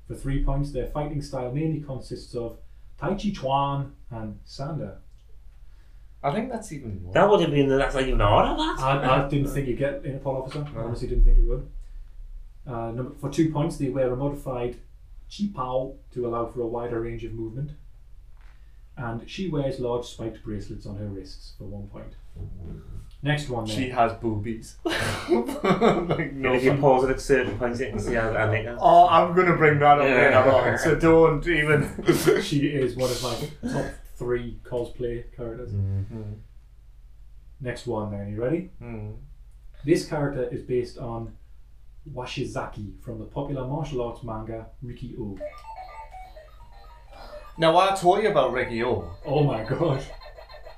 [SPEAKER 2] For three points, their fighting style mainly consists of Tai Chi Chuan and Sander.
[SPEAKER 4] I think that's even more.
[SPEAKER 1] That would have been, that's like even harder, that.
[SPEAKER 2] I, I didn't think you'd get Interpol officer. I honestly didn't think you would. Uh, number, for two points, they wear a modified chi pao to allow for a wider range of movement. And she wears large spiked bracelets on her wrists for one point. Next one then.
[SPEAKER 4] She has boobies. like,
[SPEAKER 1] And
[SPEAKER 4] no.
[SPEAKER 1] if you pause it at certain points, you can see how I make that.
[SPEAKER 4] Oh, I'm gonna bring that up
[SPEAKER 1] Yeah.
[SPEAKER 4] later on, so don't even.
[SPEAKER 2] she is one of my top three cosplay characters. Next one then, you ready?
[SPEAKER 4] Mm.
[SPEAKER 2] This character is based on Washizaki from the popular martial arts manga Riki O.
[SPEAKER 4] Now I told you about Ricky O.
[SPEAKER 2] Oh my gosh.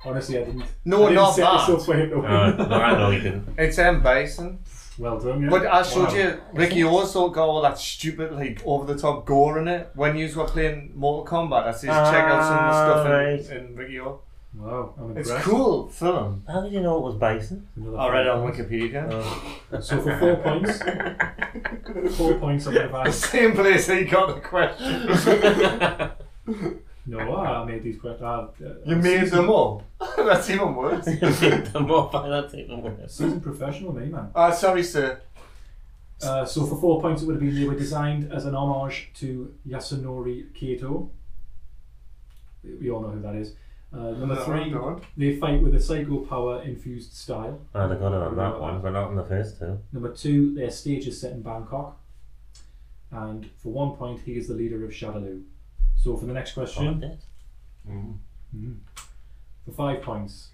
[SPEAKER 2] Honestly, I didn't.
[SPEAKER 4] No,
[SPEAKER 2] I didn't
[SPEAKER 4] not
[SPEAKER 2] set
[SPEAKER 4] that.
[SPEAKER 2] This up for him to win.
[SPEAKER 1] I know you didn't.
[SPEAKER 4] It's M Bison.
[SPEAKER 2] well done. Yeah.
[SPEAKER 4] But I showed
[SPEAKER 2] Wow.
[SPEAKER 4] you, Ricky also got all that stupid, like, over the top gore in it. When you were playing Mortal Kombat, I said, check out some of the stuff in,
[SPEAKER 1] Alright.
[SPEAKER 4] in Ricky O.
[SPEAKER 2] Wow, I'm
[SPEAKER 4] It's
[SPEAKER 2] impressed.
[SPEAKER 4] cool film.
[SPEAKER 1] How did you know it was Bison?
[SPEAKER 2] Another
[SPEAKER 4] I read it
[SPEAKER 2] four
[SPEAKER 4] on
[SPEAKER 2] points.
[SPEAKER 4] Wikipedia.
[SPEAKER 2] So for four points, four points on the
[SPEAKER 4] The
[SPEAKER 2] advice.
[SPEAKER 4] same place he got the question.
[SPEAKER 2] No, I made these questions. Uh,
[SPEAKER 4] you made them up. That's even worse.
[SPEAKER 1] Them up, that's even worse.
[SPEAKER 2] Seasoned professional, me man.
[SPEAKER 4] Uh, sorry, sir.
[SPEAKER 2] Uh, so for four points, it would have been they were designed as an homage to Yasunori Kato. We all know who that is. Uh, number
[SPEAKER 4] No, I
[SPEAKER 2] three,
[SPEAKER 4] don't.
[SPEAKER 2] they fight with a psycho power infused style.
[SPEAKER 1] I'd have gone on that one, but not on the first two.
[SPEAKER 2] Number two, their stage is set in Bangkok. And for one point, he is the leader of Shadaloo. So for the next
[SPEAKER 1] Oh, I
[SPEAKER 2] question,
[SPEAKER 1] did.
[SPEAKER 2] for five points.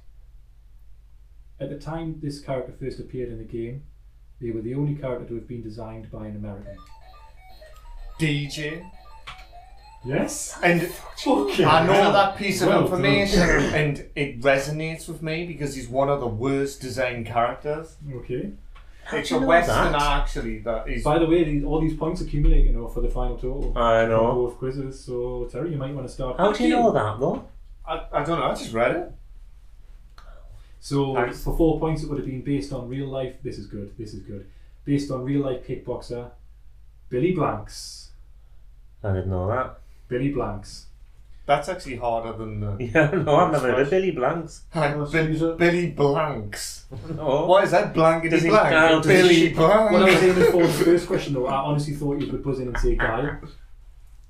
[SPEAKER 2] At the time this character first appeared in the game, they were the only character to have been designed by an American.
[SPEAKER 4] DJ.
[SPEAKER 2] Yes.
[SPEAKER 4] And
[SPEAKER 2] Fucking
[SPEAKER 4] I know
[SPEAKER 2] hell.
[SPEAKER 4] that piece of
[SPEAKER 2] Well done.
[SPEAKER 4] information, and it resonates with me because he's one of the worst designed characters.
[SPEAKER 2] Okay.
[SPEAKER 4] it's
[SPEAKER 1] do
[SPEAKER 4] a
[SPEAKER 1] you know
[SPEAKER 4] western
[SPEAKER 1] that?
[SPEAKER 4] actually that is.
[SPEAKER 2] By the way, the, all these points accumulating are for the final total.
[SPEAKER 1] I
[SPEAKER 2] for
[SPEAKER 1] know.
[SPEAKER 2] Both quizzes, so Terry, you might want to start.
[SPEAKER 1] How do you know that though?
[SPEAKER 4] I, I don't know. I just read it.
[SPEAKER 2] So
[SPEAKER 4] Nice.
[SPEAKER 2] for four points, it would have been based on real life. This is good. This is good. Based on real life kickboxer Billy Blanks.
[SPEAKER 1] I didn't know that.
[SPEAKER 2] Billy Blanks.
[SPEAKER 4] That's actually harder than the
[SPEAKER 1] Yeah, no, I've never heard of Billy Blanks.
[SPEAKER 2] Oh, so he's a-
[SPEAKER 4] Billy Blanks.
[SPEAKER 1] No.
[SPEAKER 4] What is that? Blankety
[SPEAKER 1] Does he-
[SPEAKER 4] blank.
[SPEAKER 1] no, does
[SPEAKER 4] Billy Oh,
[SPEAKER 1] he-
[SPEAKER 4] Blank.
[SPEAKER 2] When I was aiming for the first question, though, I honestly thought you would buzz in and say Guy.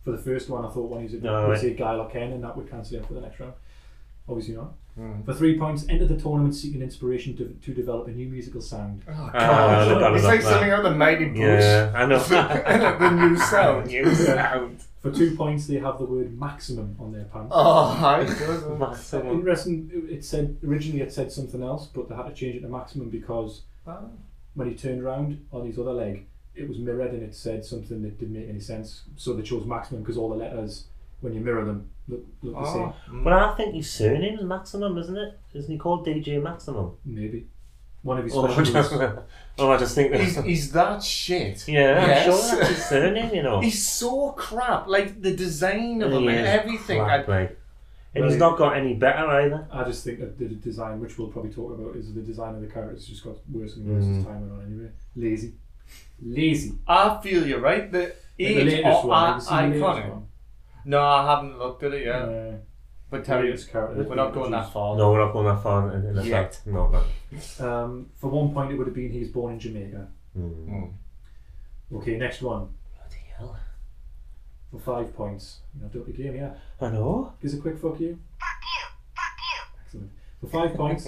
[SPEAKER 2] For the first one, I thought one you would
[SPEAKER 1] No,
[SPEAKER 2] would
[SPEAKER 1] right.
[SPEAKER 2] say Guy or Ken, and that would cancel out for the next round. Obviously not. For three points, enter the tournament seeking inspiration to, to develop a new musical sound.
[SPEAKER 1] Ah, look, I
[SPEAKER 4] it's
[SPEAKER 1] love
[SPEAKER 4] like
[SPEAKER 1] that.
[SPEAKER 4] something out of the Mighty Bush.
[SPEAKER 1] Yeah, I know.
[SPEAKER 4] the new sound.
[SPEAKER 1] New sound.
[SPEAKER 2] For two points, they have the word maximum on their pants.
[SPEAKER 4] Oh, I don't know.
[SPEAKER 1] Maximum.
[SPEAKER 2] Interesting. It it said originally it said something else, but they had to change it to maximum because
[SPEAKER 4] Oh.
[SPEAKER 2] when he turned round on his other leg, it was mirrored and it said something that didn't make any sense. So they chose maximum because all the letters, when you mirror them, look, look the same.
[SPEAKER 4] Oh.
[SPEAKER 1] But I think his surname is Maximum, isn't it? Isn't he called DJ Maximum?
[SPEAKER 2] Maybe one of his
[SPEAKER 1] Oh, I
[SPEAKER 2] special moves.
[SPEAKER 1] just, oh, I just think
[SPEAKER 4] He's,
[SPEAKER 1] that.
[SPEAKER 4] he's that shit.
[SPEAKER 1] Yeah,
[SPEAKER 4] Yes.
[SPEAKER 1] I'm sure that's his surname, you know.
[SPEAKER 4] He's so crap. Like the design of him
[SPEAKER 1] He
[SPEAKER 4] and
[SPEAKER 1] is
[SPEAKER 4] everything.
[SPEAKER 1] crap,
[SPEAKER 4] I,
[SPEAKER 1] mate. And he's not got any better either.
[SPEAKER 2] I just think that the design, which we'll probably talk about, is the design of the characters just got worse and worse as time went on. Anyway, lazy, lazy.
[SPEAKER 4] I feel you, right? The
[SPEAKER 2] Like the
[SPEAKER 4] age
[SPEAKER 2] latest
[SPEAKER 4] of
[SPEAKER 2] one,
[SPEAKER 4] I-
[SPEAKER 2] have you seen the latest
[SPEAKER 4] iconic.
[SPEAKER 2] one?
[SPEAKER 4] No, I haven't looked at it yet.
[SPEAKER 2] Uh,
[SPEAKER 4] But tell you,
[SPEAKER 2] It's character.
[SPEAKER 4] we're not going that far.
[SPEAKER 1] No, we're not going that far in, in
[SPEAKER 4] Yet.
[SPEAKER 1] effect. No, no.
[SPEAKER 2] Um, for one point, it would have been he was born in Jamaica.
[SPEAKER 4] Mm.
[SPEAKER 2] Okay, next one
[SPEAKER 1] Bloody hell.
[SPEAKER 2] for five points. You know, do it again, yeah.
[SPEAKER 1] I know.
[SPEAKER 2] Is a quick fuck you. Fuck you. Fuck you. Excellent. For five points,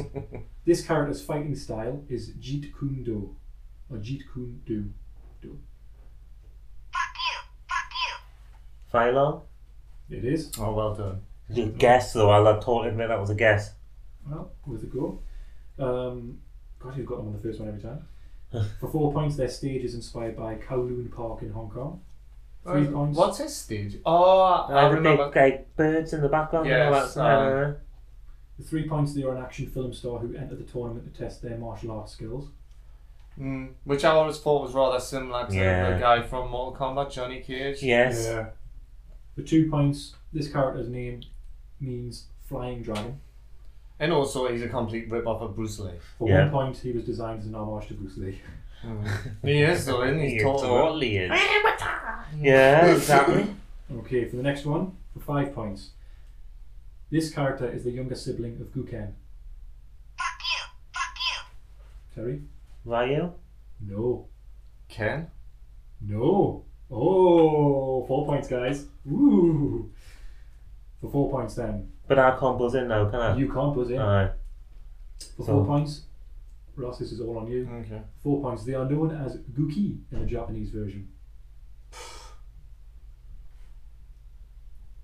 [SPEAKER 2] this character's fighting style is Jeet Kune Do, or Jeet Kune Do. Do.
[SPEAKER 1] Phylon?
[SPEAKER 2] It is.
[SPEAKER 4] Oh, well done.
[SPEAKER 1] You
[SPEAKER 4] Mm-hmm.
[SPEAKER 1] guess though, I'll I'll totally admit that was a guess.
[SPEAKER 2] Well, with a go. Um, God, you've got them on the first one every time. For four points, their stage is inspired by Kowloon Park in Hong Kong. Three
[SPEAKER 4] Uh,
[SPEAKER 2] points.
[SPEAKER 4] What's his stage? Oh, I
[SPEAKER 1] the big
[SPEAKER 4] remember.
[SPEAKER 1] like, birds in the background uh, and all that.
[SPEAKER 4] Yes, um,
[SPEAKER 2] The three points, they are an action film star who enter the tournament to test their martial arts skills.
[SPEAKER 4] Mm, which I always thought was rather similar to
[SPEAKER 1] Yeah.
[SPEAKER 4] the guy from Mortal Kombat, Johnny Cage.
[SPEAKER 1] yes.
[SPEAKER 2] For two points, this character's name means flying dragon.
[SPEAKER 4] And also, he's a complete rip-off of Bruce Lee.
[SPEAKER 2] For
[SPEAKER 1] Yeah.
[SPEAKER 2] one point, he was designed as an homage to Bruce Lee.
[SPEAKER 4] He is, though, isn't he?
[SPEAKER 1] He
[SPEAKER 4] Totally.
[SPEAKER 1] totally is. yeah, exactly.
[SPEAKER 2] Okay, for the next one, for five points. This character is the younger sibling of Guken. Fuck you! Fuck you! Terry?
[SPEAKER 1] Ryu?
[SPEAKER 2] No.
[SPEAKER 4] Ken?
[SPEAKER 2] No. Oh, four points, guys. Ooh. For four points, then.
[SPEAKER 1] But I can't buzz in now, can I?
[SPEAKER 2] You can't buzz in.
[SPEAKER 1] Aye.
[SPEAKER 2] For four
[SPEAKER 1] Ah. so-
[SPEAKER 2] points, Ross, this is all on you.
[SPEAKER 4] Okay.
[SPEAKER 2] Four points. They are known as Guki in the Japanese version.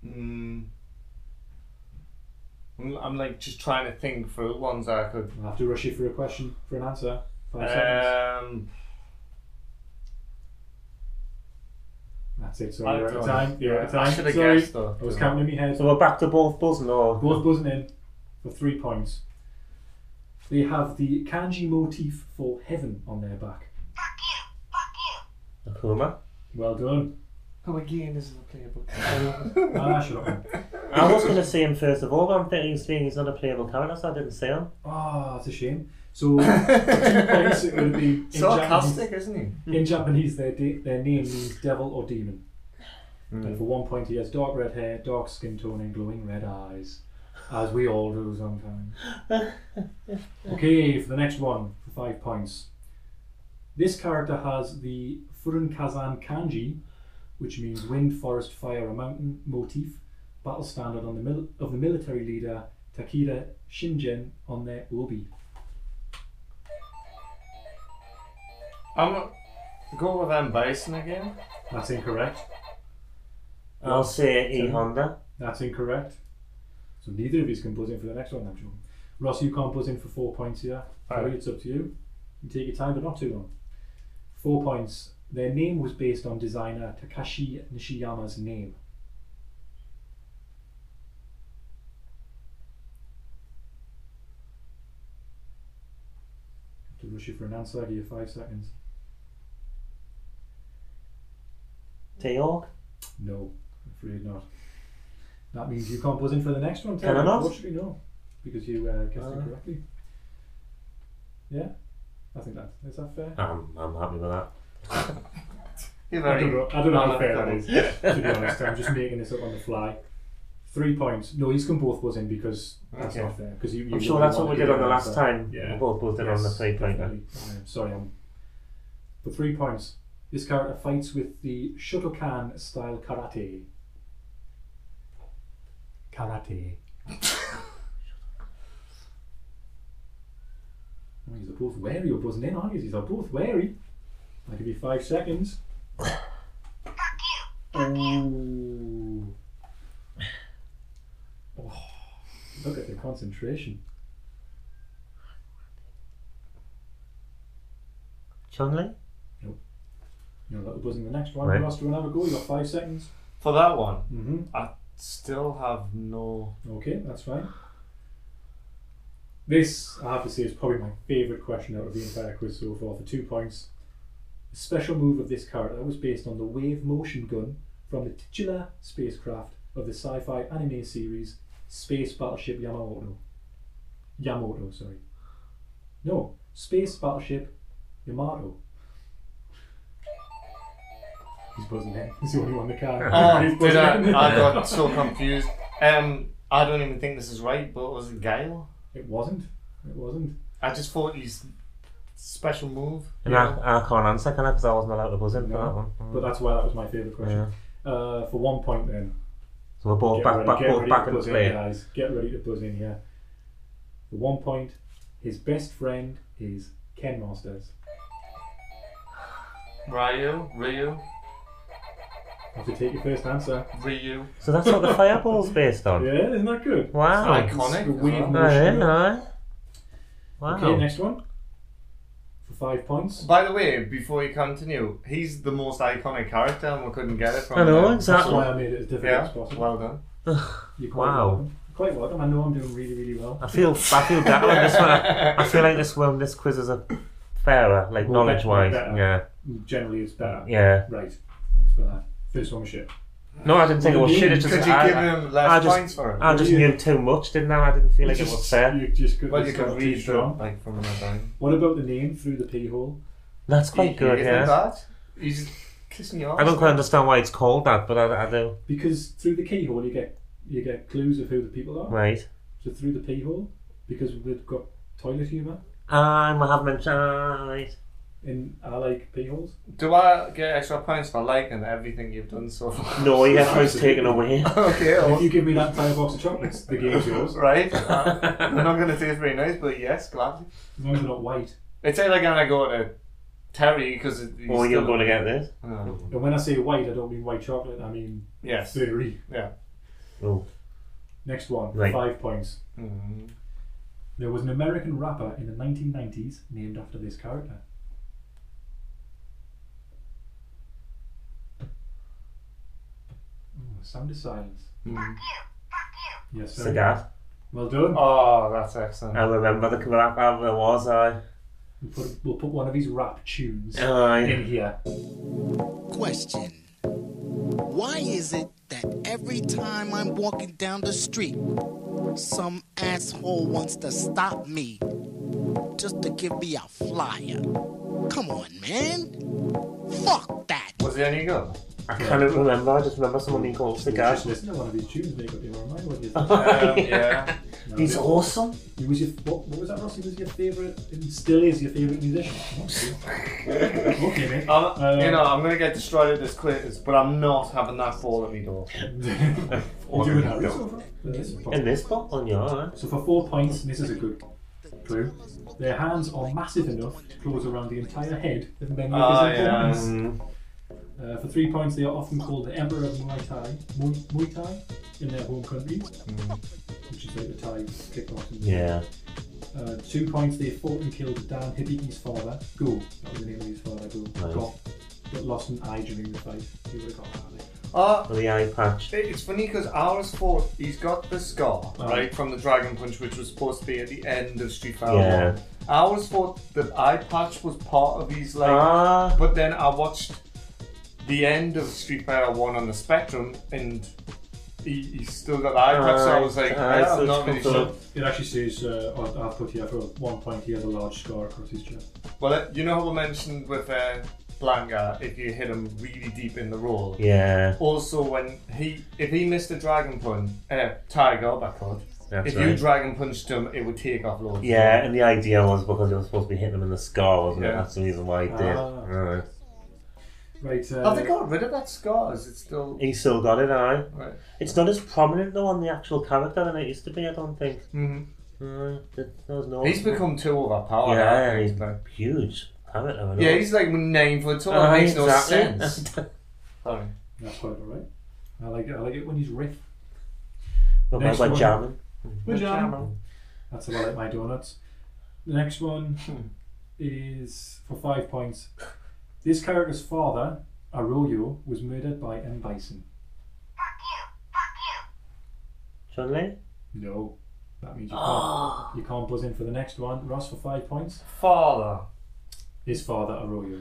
[SPEAKER 4] Mm. I'm, I'm like just trying to think for ones I could.
[SPEAKER 2] I'll have to rush you for a question, for an answer.
[SPEAKER 4] Uh,
[SPEAKER 2] Five seconds.
[SPEAKER 4] Um,
[SPEAKER 2] That's it.
[SPEAKER 4] I
[SPEAKER 2] Sorry, you're out
[SPEAKER 4] don't
[SPEAKER 2] of
[SPEAKER 4] know.
[SPEAKER 2] time. You're out of
[SPEAKER 4] I
[SPEAKER 2] time.
[SPEAKER 4] should have
[SPEAKER 2] Sorry.
[SPEAKER 4] guessed though.
[SPEAKER 2] I was counting in my head.
[SPEAKER 1] So we're back to both buzzing or
[SPEAKER 2] Both buzzing in. for three points. They have the kanji motif for heaven on their back.
[SPEAKER 1] Akuma.
[SPEAKER 2] Well done.
[SPEAKER 4] Oh, again, this is a playable.
[SPEAKER 2] Ah, shut up.
[SPEAKER 1] I was going to say him first of all, but I'm thinking he's, thinking he's not a playable character, so I didn't say him.
[SPEAKER 2] Ah, it's a shame. So, two points it would be in
[SPEAKER 4] Sarcastic, isn't he?
[SPEAKER 2] In Japanese, their, de- their name means devil or demon. And for one point, he has dark red hair, dark skin tone, and glowing red eyes, as we all do sometimes. okay, for the next one, for five points. This character has the Furun Kazan kanji, which means wind, forest, fire, or mountain motif, battle standard on the mil- of the military leader Takeda Shingen on their obi.
[SPEAKER 4] I'm not. Go with Van Bison again.
[SPEAKER 2] That's incorrect.
[SPEAKER 1] I'll say E
[SPEAKER 2] Sorry.
[SPEAKER 1] Honda.
[SPEAKER 2] That's incorrect. So neither of you can buzz in for the next one, I'm sure. Ross, you can't buzz in for four points here. Harry,
[SPEAKER 4] Alright.
[SPEAKER 2] it's up to you. You take your time, but not too long. Four points. Their name was based on designer Takashi Nishiyama's name. Have To rush you for an answer, I give you five seconds.
[SPEAKER 1] Teog.
[SPEAKER 2] No, I'm afraid not. That means you can't buzz in for the next one.
[SPEAKER 1] Can I
[SPEAKER 2] Terry,
[SPEAKER 1] not?
[SPEAKER 2] Unfortunately, no, because you uh, guessed
[SPEAKER 1] Uh.
[SPEAKER 2] incorrectly. Yeah, I think that is that fair.
[SPEAKER 1] I'm, I'm happy with that.
[SPEAKER 4] You're
[SPEAKER 2] I don't
[SPEAKER 4] very.
[SPEAKER 2] know. I don't know how
[SPEAKER 4] Not
[SPEAKER 2] fair
[SPEAKER 4] that
[SPEAKER 2] that is. to be honest, I'm just making this up on the fly. Three points. No, he's can both buzz in because that's
[SPEAKER 4] Okay.
[SPEAKER 2] not fair. Because you, you
[SPEAKER 1] I'm sure
[SPEAKER 2] wouldn't
[SPEAKER 1] that's what
[SPEAKER 2] want
[SPEAKER 1] we
[SPEAKER 2] to
[SPEAKER 1] did
[SPEAKER 2] give
[SPEAKER 1] on the
[SPEAKER 2] an
[SPEAKER 1] last
[SPEAKER 2] answer.
[SPEAKER 1] time.
[SPEAKER 2] Yeah.
[SPEAKER 1] We both both did on the
[SPEAKER 2] Yes,
[SPEAKER 1] three pointer.
[SPEAKER 2] definitely. I'm sorry, I'm. For three points, this character fights with the Shotokan style karate. Karate. Oh, You're both wary, you're buzzing in, aren't you? You're both wary. I'll give you five seconds. Ooh. Oh, look at the concentration.
[SPEAKER 1] Chun Li.
[SPEAKER 2] You know, that'll buzz in the next one.
[SPEAKER 1] Right.
[SPEAKER 2] Ross, do you want to have a go? You've got five seconds.
[SPEAKER 4] For that one,
[SPEAKER 2] Mm-hmm.
[SPEAKER 4] I still have no.
[SPEAKER 2] Okay, that's fine. This, I have to say, is probably my favourite question out of the entire quiz so far for two points. A special move of this character was based on the wave motion gun from the titular spacecraft of the sci fi anime series Space Battleship Yamamoto. Yamamoto, sorry. No, Space Battleship Yamato. He's buzzing in. He's the only one in the car.
[SPEAKER 4] Oh,
[SPEAKER 2] Ah, He's
[SPEAKER 4] did I?
[SPEAKER 2] buzzing in.
[SPEAKER 4] I got so confused. Um, I don't even think this is right. But was it Gale?
[SPEAKER 2] It wasn't. It wasn't.
[SPEAKER 4] I just thought he's special move.
[SPEAKER 1] And I, I can't answer, can I? Because I wasn't allowed to buzz in for
[SPEAKER 2] No.
[SPEAKER 1] that one. Mm.
[SPEAKER 2] But that's why that was my favourite question.
[SPEAKER 1] Yeah.
[SPEAKER 2] Uh, for one point, then.
[SPEAKER 1] So we're both
[SPEAKER 2] Get
[SPEAKER 1] back,
[SPEAKER 2] ready-
[SPEAKER 1] back,
[SPEAKER 2] get
[SPEAKER 1] both
[SPEAKER 2] ready
[SPEAKER 1] back
[SPEAKER 2] to
[SPEAKER 1] in
[SPEAKER 2] buzz in,
[SPEAKER 1] play.
[SPEAKER 2] guys. Get ready to buzz in here. For one point, his best friend is Ken Masters.
[SPEAKER 4] Ryu, Ryu,
[SPEAKER 2] Have to take your first answer.
[SPEAKER 4] Ryu.
[SPEAKER 1] So that's what the fireball's based on.
[SPEAKER 2] Yeah, isn't that good?
[SPEAKER 1] Wow. Oh,
[SPEAKER 4] It's Iconic
[SPEAKER 2] The
[SPEAKER 4] as
[SPEAKER 2] wave
[SPEAKER 4] well.
[SPEAKER 2] motion.
[SPEAKER 1] Aye, aye. eh? Wow.
[SPEAKER 2] Okay, next one. For five points.
[SPEAKER 4] By the way, before you continue, he's the most iconic character, and we couldn't get it from.
[SPEAKER 1] I know,
[SPEAKER 4] him.
[SPEAKER 2] That's
[SPEAKER 1] exactly.
[SPEAKER 2] why I made it as difficult as
[SPEAKER 4] Yeah.
[SPEAKER 2] possible.
[SPEAKER 4] Well done.
[SPEAKER 2] You're quite
[SPEAKER 1] Wow.
[SPEAKER 2] welcome. Quite welcome. I know I'm doing really, really well.
[SPEAKER 1] I feel I feel better on this one. I feel like this one this quiz is a fairer, like
[SPEAKER 2] Well,
[SPEAKER 1] knowledge wise.
[SPEAKER 2] better.
[SPEAKER 1] Yeah.
[SPEAKER 2] Generally, it's better.
[SPEAKER 1] Yeah.
[SPEAKER 2] Right. Thanks for that. First one was shit.
[SPEAKER 1] No, I didn't think it was shit, it's
[SPEAKER 4] Could
[SPEAKER 1] just
[SPEAKER 4] you
[SPEAKER 1] I,
[SPEAKER 4] give him less
[SPEAKER 1] I just,
[SPEAKER 4] points for it?
[SPEAKER 1] I just
[SPEAKER 2] Yeah.
[SPEAKER 1] knew too much, didn't I? I didn't feel like
[SPEAKER 2] You
[SPEAKER 1] it was
[SPEAKER 2] just-
[SPEAKER 1] fair.
[SPEAKER 2] You just could,
[SPEAKER 4] well, you
[SPEAKER 2] got
[SPEAKER 4] could
[SPEAKER 2] too
[SPEAKER 4] read the,
[SPEAKER 2] strong.
[SPEAKER 4] like from another time.
[SPEAKER 2] What about the name through the pee hole?
[SPEAKER 1] That's quite good,
[SPEAKER 4] Isn't
[SPEAKER 1] yeah.
[SPEAKER 4] that? You just kiss me off.
[SPEAKER 1] I don't quite understand why it's called that, but I, I do.
[SPEAKER 2] Because through the keyhole you get you get clues of who the people are.
[SPEAKER 1] Right.
[SPEAKER 2] So through the pee hole, because we've got toilet humour
[SPEAKER 1] I'm have mentioned. Right.
[SPEAKER 2] and I like pee holes.
[SPEAKER 4] Do I get extra points for liking everything you've done so far?
[SPEAKER 1] No, your headphone's taken away.
[SPEAKER 4] okay,
[SPEAKER 2] And if
[SPEAKER 4] well,
[SPEAKER 2] you give me that entire box of chocolates, the game's yours.
[SPEAKER 4] right. Uh, I'm not going to say it's very nice, but yes, gladly.
[SPEAKER 2] As long as they're not white.
[SPEAKER 4] It's either going to go to Terry because
[SPEAKER 1] Or Oh, you're going to get this.
[SPEAKER 2] And when I say white, I don't mean white chocolate. I mean
[SPEAKER 4] Oh, Yes.
[SPEAKER 2] fairy.
[SPEAKER 4] Yeah.
[SPEAKER 1] Oh.
[SPEAKER 2] Next one,
[SPEAKER 1] Right.
[SPEAKER 2] five points.
[SPEAKER 4] Mm.
[SPEAKER 2] There was an American rapper in the 1990s named after this character. Oh, sound of silence.
[SPEAKER 4] Mm. Mm-hmm.
[SPEAKER 2] Yes, very
[SPEAKER 1] Cigar.
[SPEAKER 2] Well done.
[SPEAKER 4] Oh, that's excellent.
[SPEAKER 1] I remember the rap album was I.
[SPEAKER 2] We'll put, we'll put one of his rap tunes in
[SPEAKER 1] Aye.
[SPEAKER 2] here.
[SPEAKER 6] Question Why is it that every time I'm walking down the street, some asshole wants to stop me just to give me a flyer? Come on, man. Fuck that.
[SPEAKER 4] Was it any good?
[SPEAKER 1] I cannot remember. I just remember someone being called the guy.
[SPEAKER 2] Just listen to one of his tunes, make up your own mind what you think.
[SPEAKER 4] Um, yeah.
[SPEAKER 2] No,
[SPEAKER 1] He's
[SPEAKER 2] it-
[SPEAKER 1] awesome.
[SPEAKER 2] He was your, what, what was that, Ross? He was your favourite, and still is your favourite musician. okay, mate. Uh,
[SPEAKER 4] I'm, Uh, you know, I'm gonna get destroyed at this quiz, but I'm not having that ball at me door.
[SPEAKER 2] You're doing that right so far. Yes.
[SPEAKER 1] In this bottle, on your own.
[SPEAKER 2] So for four points, and this is a good clue. Their hands are massive enough to close around the entire head of many of
[SPEAKER 4] Ah,
[SPEAKER 2] his
[SPEAKER 4] yeah.
[SPEAKER 2] opponents.
[SPEAKER 1] Mm.
[SPEAKER 2] Uh, for three points, they are often called the Emperor of Muay Thai, Muay, Muay Thai in their home countries, which is like the Thai
[SPEAKER 1] Mm.
[SPEAKER 2] kickboxing.
[SPEAKER 1] Yeah.
[SPEAKER 2] Uh, two points, they fought and killed Dan Hibiki's father, Go. That was the name of his father, Go.
[SPEAKER 1] Nice.
[SPEAKER 2] Got, but lost an eye during the fight. He would have got that. I think.
[SPEAKER 4] Uh,
[SPEAKER 1] With the eye patch.
[SPEAKER 4] It- It's funny because ours for he's got the scar
[SPEAKER 1] Oh.
[SPEAKER 4] right from the Dragon Punch, which was supposed to be at the end of Street Fighter.
[SPEAKER 1] Yeah.
[SPEAKER 4] One. Ours thought the eye patch was part of his like,
[SPEAKER 1] Ah.
[SPEAKER 4] but then I watched the end of Street Fighter One on the Spectrum, and he, he's still got the eye patch. so I was like,
[SPEAKER 1] Aye,
[SPEAKER 4] "Yeah,
[SPEAKER 1] so
[SPEAKER 4] I'm
[SPEAKER 1] it's
[SPEAKER 4] not really
[SPEAKER 1] confirmed.
[SPEAKER 4] sure.
[SPEAKER 2] It actually says, uh, I- I've put here for one point, he has a large scar across his chest.
[SPEAKER 4] Well, uh, you know how we mentioned with uh, Blanca, if you hit him really deep in the roll.
[SPEAKER 1] Yeah.
[SPEAKER 4] Also, when he if he missed a Dragon Punch, uh, Tiger, that called.
[SPEAKER 1] That's
[SPEAKER 4] if you
[SPEAKER 1] right.
[SPEAKER 4] dragon punched him, it would take off loads.
[SPEAKER 1] yeah, and the idea was because it was supposed to be hitting him in the scar, wasn't it?
[SPEAKER 4] Yeah.
[SPEAKER 1] That's the reason why he did.
[SPEAKER 2] Ah.
[SPEAKER 1] Alright.
[SPEAKER 2] Right, uh,
[SPEAKER 4] Have they got rid of that scar? Is it still
[SPEAKER 1] He still got it, aye.
[SPEAKER 4] right?
[SPEAKER 1] It's not as prominent though on the actual character than it used to be, I don't think.
[SPEAKER 4] Mm-hmm.
[SPEAKER 1] Aye, th- there was no
[SPEAKER 4] He's become too overpowered. I
[SPEAKER 1] Yeah,
[SPEAKER 4] think,
[SPEAKER 1] he's
[SPEAKER 4] like.
[SPEAKER 1] huge. Character, I know.
[SPEAKER 4] yeah, he's like nine foot tall.
[SPEAKER 1] Aye,
[SPEAKER 4] it makes no
[SPEAKER 1] Uh, exactly.
[SPEAKER 4] sense. Sorry.
[SPEAKER 2] that's quite alright. I like it. I like it when he's riff.
[SPEAKER 1] But
[SPEAKER 2] Next
[SPEAKER 1] by
[SPEAKER 2] one.
[SPEAKER 1] jamming.
[SPEAKER 2] That's about it, my donuts. The next one is for five points. This character's father, Arroyo, was murdered by M. Bison.
[SPEAKER 1] Chun Li?
[SPEAKER 2] No. That means you
[SPEAKER 1] Ah.
[SPEAKER 2] can't, you can't buzz in for the next one. Ross for five points.
[SPEAKER 4] Father.
[SPEAKER 2] His father, Arroyo.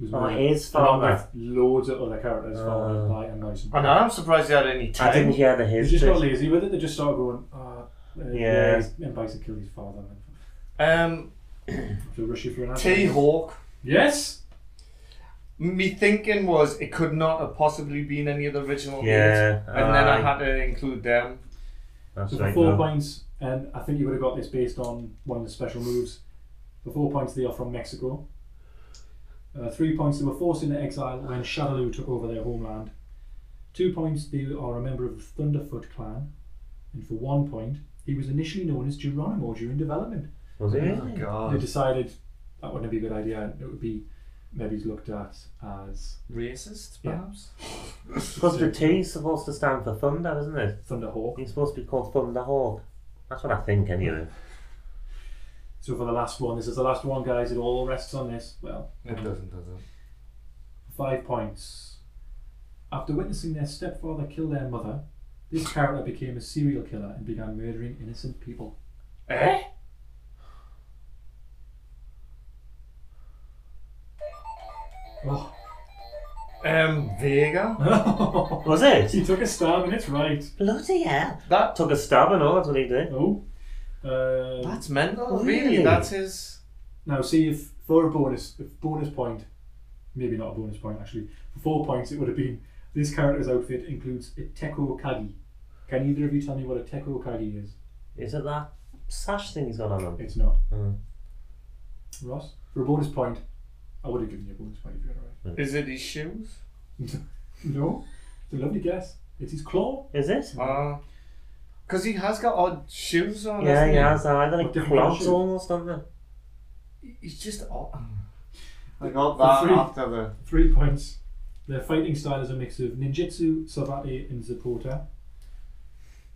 [SPEAKER 2] Was
[SPEAKER 1] Oh,
[SPEAKER 2] murdered
[SPEAKER 1] his
[SPEAKER 2] along
[SPEAKER 1] father. Ah.
[SPEAKER 2] with loads of other characters fathered by M. Bison.
[SPEAKER 4] I know. I'm surprised he had any time.
[SPEAKER 1] I didn't hear the
[SPEAKER 2] They just got
[SPEAKER 1] history.
[SPEAKER 2] lazy with it. They just started going, ah, uh,
[SPEAKER 1] Yeah.
[SPEAKER 2] yeah. M. Bison killed his father. And
[SPEAKER 4] Um,
[SPEAKER 2] have to rush you for an answer.
[SPEAKER 4] T Hawk.
[SPEAKER 2] Yes!
[SPEAKER 4] Me thinking was it could not have possibly been any of the original
[SPEAKER 1] Yeah,
[SPEAKER 4] eight, and then I
[SPEAKER 1] aye.
[SPEAKER 4] had to include them.
[SPEAKER 1] That's
[SPEAKER 2] So for
[SPEAKER 1] right.
[SPEAKER 2] four
[SPEAKER 1] no.
[SPEAKER 2] points, and I think you would have got this based on one of the special moves. For four points, they are from Mexico. Uh, three points, they were forced into exile when Shadaloo took over their homeland. Two points, they are a member of the Thunderfoot clan. And for one point, he was initially known as Geronimo during development.
[SPEAKER 1] Was it?
[SPEAKER 4] Oh
[SPEAKER 2] They
[SPEAKER 4] God.
[SPEAKER 2] decided that wouldn't be a good idea, and it would be maybe looked at as
[SPEAKER 4] Racist,
[SPEAKER 2] Yeah.
[SPEAKER 4] perhaps.
[SPEAKER 1] Because the T's supposed to stand for thunder, isn't it?
[SPEAKER 2] Thunderhawk.
[SPEAKER 1] He's supposed to be called Thunderhawk. That's what I think, anyway.
[SPEAKER 2] So for the last one, this is the last one, guys. It all rests on this. Well,
[SPEAKER 4] It doesn't, does it?
[SPEAKER 2] Five points. After witnessing their stepfather kill their mother, this character became a serial killer and began murdering innocent people.
[SPEAKER 4] Eh?
[SPEAKER 2] Oh.
[SPEAKER 4] Um, Vega.
[SPEAKER 1] Was it?
[SPEAKER 2] he took a stab and it's right.
[SPEAKER 1] Bloody hell.
[SPEAKER 4] That
[SPEAKER 1] Took a stab and all, that's what he did.
[SPEAKER 2] Oh. Uh,
[SPEAKER 4] that's mental.
[SPEAKER 1] Really?
[SPEAKER 4] Really, that's his.
[SPEAKER 2] now see if for a bonus, if bonus point, maybe not a bonus point actually, for four points it would have been this character's outfit includes a teko kagi. Can either of you tell me what a teko kagi is?
[SPEAKER 1] Is it that sash thing he's got on him?
[SPEAKER 2] It's not.
[SPEAKER 1] Mm.
[SPEAKER 2] Ross, for a bonus point, I would have given you a bonus point if you had it right.
[SPEAKER 1] Hmm.
[SPEAKER 4] Is it his shoes?
[SPEAKER 2] No, it's a lovely guess. It's his claw.
[SPEAKER 1] Is it?
[SPEAKER 4] Ah, because he has got odd shoes on.
[SPEAKER 1] Yeah,
[SPEAKER 4] hasn't
[SPEAKER 1] he
[SPEAKER 4] he?
[SPEAKER 1] has that. They're like
[SPEAKER 2] What different
[SPEAKER 1] clogs
[SPEAKER 2] shoe?
[SPEAKER 1] almost, aren't they?
[SPEAKER 4] He's just odd. I got
[SPEAKER 2] that
[SPEAKER 4] that
[SPEAKER 2] Free.
[SPEAKER 4] after the.
[SPEAKER 2] Three points. Their fighting style is a mix of ninjutsu, savate, and zapota,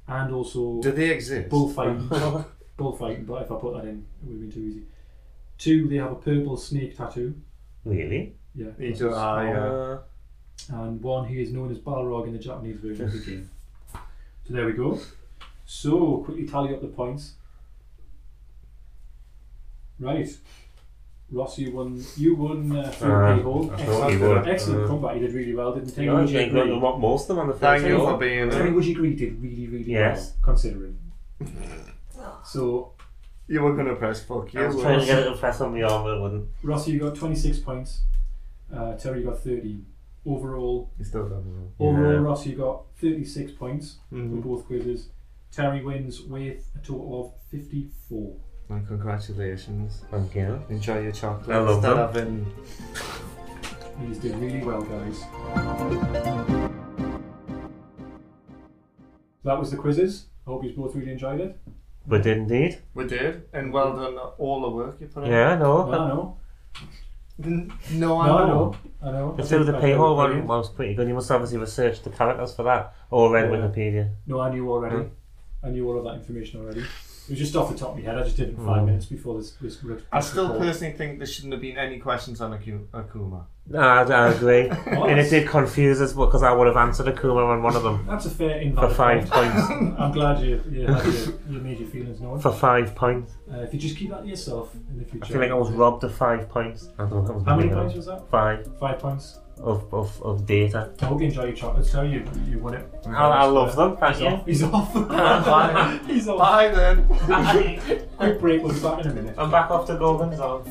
[SPEAKER 2] and also
[SPEAKER 4] Do they exist?
[SPEAKER 2] bullfighting. bullfighting, but if I put that in, it would have been too easy. Two, they have a purple snake tattoo.
[SPEAKER 1] Really?
[SPEAKER 2] Yeah.
[SPEAKER 4] They do, ah, yeah.
[SPEAKER 1] Uh,
[SPEAKER 2] And one, he is known as Balrog in the Japanese version of the game. So there we go. So, quickly tally up the points. Right. Ross, you won. You won. Uh,
[SPEAKER 1] Uh,
[SPEAKER 2] three goal.
[SPEAKER 1] I thought you
[SPEAKER 2] Excellent,
[SPEAKER 1] would.
[SPEAKER 2] excellent
[SPEAKER 1] Uh,
[SPEAKER 2] comeback. You did really well, didn't
[SPEAKER 1] You
[SPEAKER 2] Terry?
[SPEAKER 1] know,
[SPEAKER 2] Would you
[SPEAKER 1] they got
[SPEAKER 2] agree?
[SPEAKER 1] the mo- most of them on the first
[SPEAKER 4] Thank you
[SPEAKER 1] goal.
[SPEAKER 4] for being
[SPEAKER 2] Terry
[SPEAKER 4] there.
[SPEAKER 2] Would you agree? Did really, really
[SPEAKER 1] Yes.
[SPEAKER 2] well considering. So,
[SPEAKER 4] You were going to press fuck you.
[SPEAKER 1] I was
[SPEAKER 4] weren't
[SPEAKER 1] trying to
[SPEAKER 4] you?
[SPEAKER 1] get it to press on me arm, but it wouldn't.
[SPEAKER 2] Ross, you got twenty six points. Uh, Terry got thirty. Overall,
[SPEAKER 4] You still don't know.
[SPEAKER 2] overall,
[SPEAKER 1] Yeah. Mm-hmm.
[SPEAKER 2] Ross, you got thirty six points
[SPEAKER 4] Mhm.
[SPEAKER 2] for both quizzes. Terry wins with a total of fifty four.
[SPEAKER 4] And congratulations.
[SPEAKER 1] Thank you.
[SPEAKER 4] Enjoy your chocolate.
[SPEAKER 1] I love
[SPEAKER 4] Instead
[SPEAKER 1] them.
[SPEAKER 4] of having
[SPEAKER 2] He's doing really well, guys. That was the quizzes. I hope you both really enjoyed it.
[SPEAKER 1] We did indeed.
[SPEAKER 4] We did, and well done on all the work you put in.
[SPEAKER 1] Yeah, I
[SPEAKER 2] No, I
[SPEAKER 1] know.
[SPEAKER 2] know.
[SPEAKER 4] N- No, I
[SPEAKER 2] No, I
[SPEAKER 4] know.
[SPEAKER 2] know. I know.
[SPEAKER 1] The
[SPEAKER 2] I
[SPEAKER 1] two
[SPEAKER 2] think
[SPEAKER 1] the
[SPEAKER 2] I
[SPEAKER 1] payhole
[SPEAKER 2] felt
[SPEAKER 1] one
[SPEAKER 2] brilliant.
[SPEAKER 1] was pretty good. You must obviously research the characters for that or read
[SPEAKER 2] Yeah.
[SPEAKER 1] Wikipedia.
[SPEAKER 2] No, I knew already.
[SPEAKER 1] Hmm.
[SPEAKER 2] I knew all of that information already. It was just off the top of my head. I just did it
[SPEAKER 1] Hmm.
[SPEAKER 2] five minutes before this. this re-
[SPEAKER 4] I still
[SPEAKER 2] record.
[SPEAKER 4] personally think there shouldn't have been any questions on Aku- Akuma.
[SPEAKER 1] No, I, I agree. and it did confuse us because I would have answered Akuma on one of them
[SPEAKER 2] That's a fair
[SPEAKER 1] for
[SPEAKER 2] invalid
[SPEAKER 1] five
[SPEAKER 2] point.
[SPEAKER 1] points.
[SPEAKER 2] I'm glad you you, had your, you made your feelings known.
[SPEAKER 1] For five points.
[SPEAKER 2] Uh, if you just keep that to yourself in the future.
[SPEAKER 1] I feel like I was robbed of five points. I don't know.
[SPEAKER 2] How many points was that?
[SPEAKER 1] Five
[SPEAKER 2] Five points.
[SPEAKER 1] of, of, of data.
[SPEAKER 2] I hope you enjoy your chocolates. Tell you you won it.
[SPEAKER 1] I, I love them, thank
[SPEAKER 2] He's
[SPEAKER 1] you.
[SPEAKER 2] off. He's
[SPEAKER 4] Bye.
[SPEAKER 2] off. He's off.
[SPEAKER 4] Bye then.
[SPEAKER 2] Quick break. We'll be back in a minute.
[SPEAKER 1] I'm back off to Golden Zone.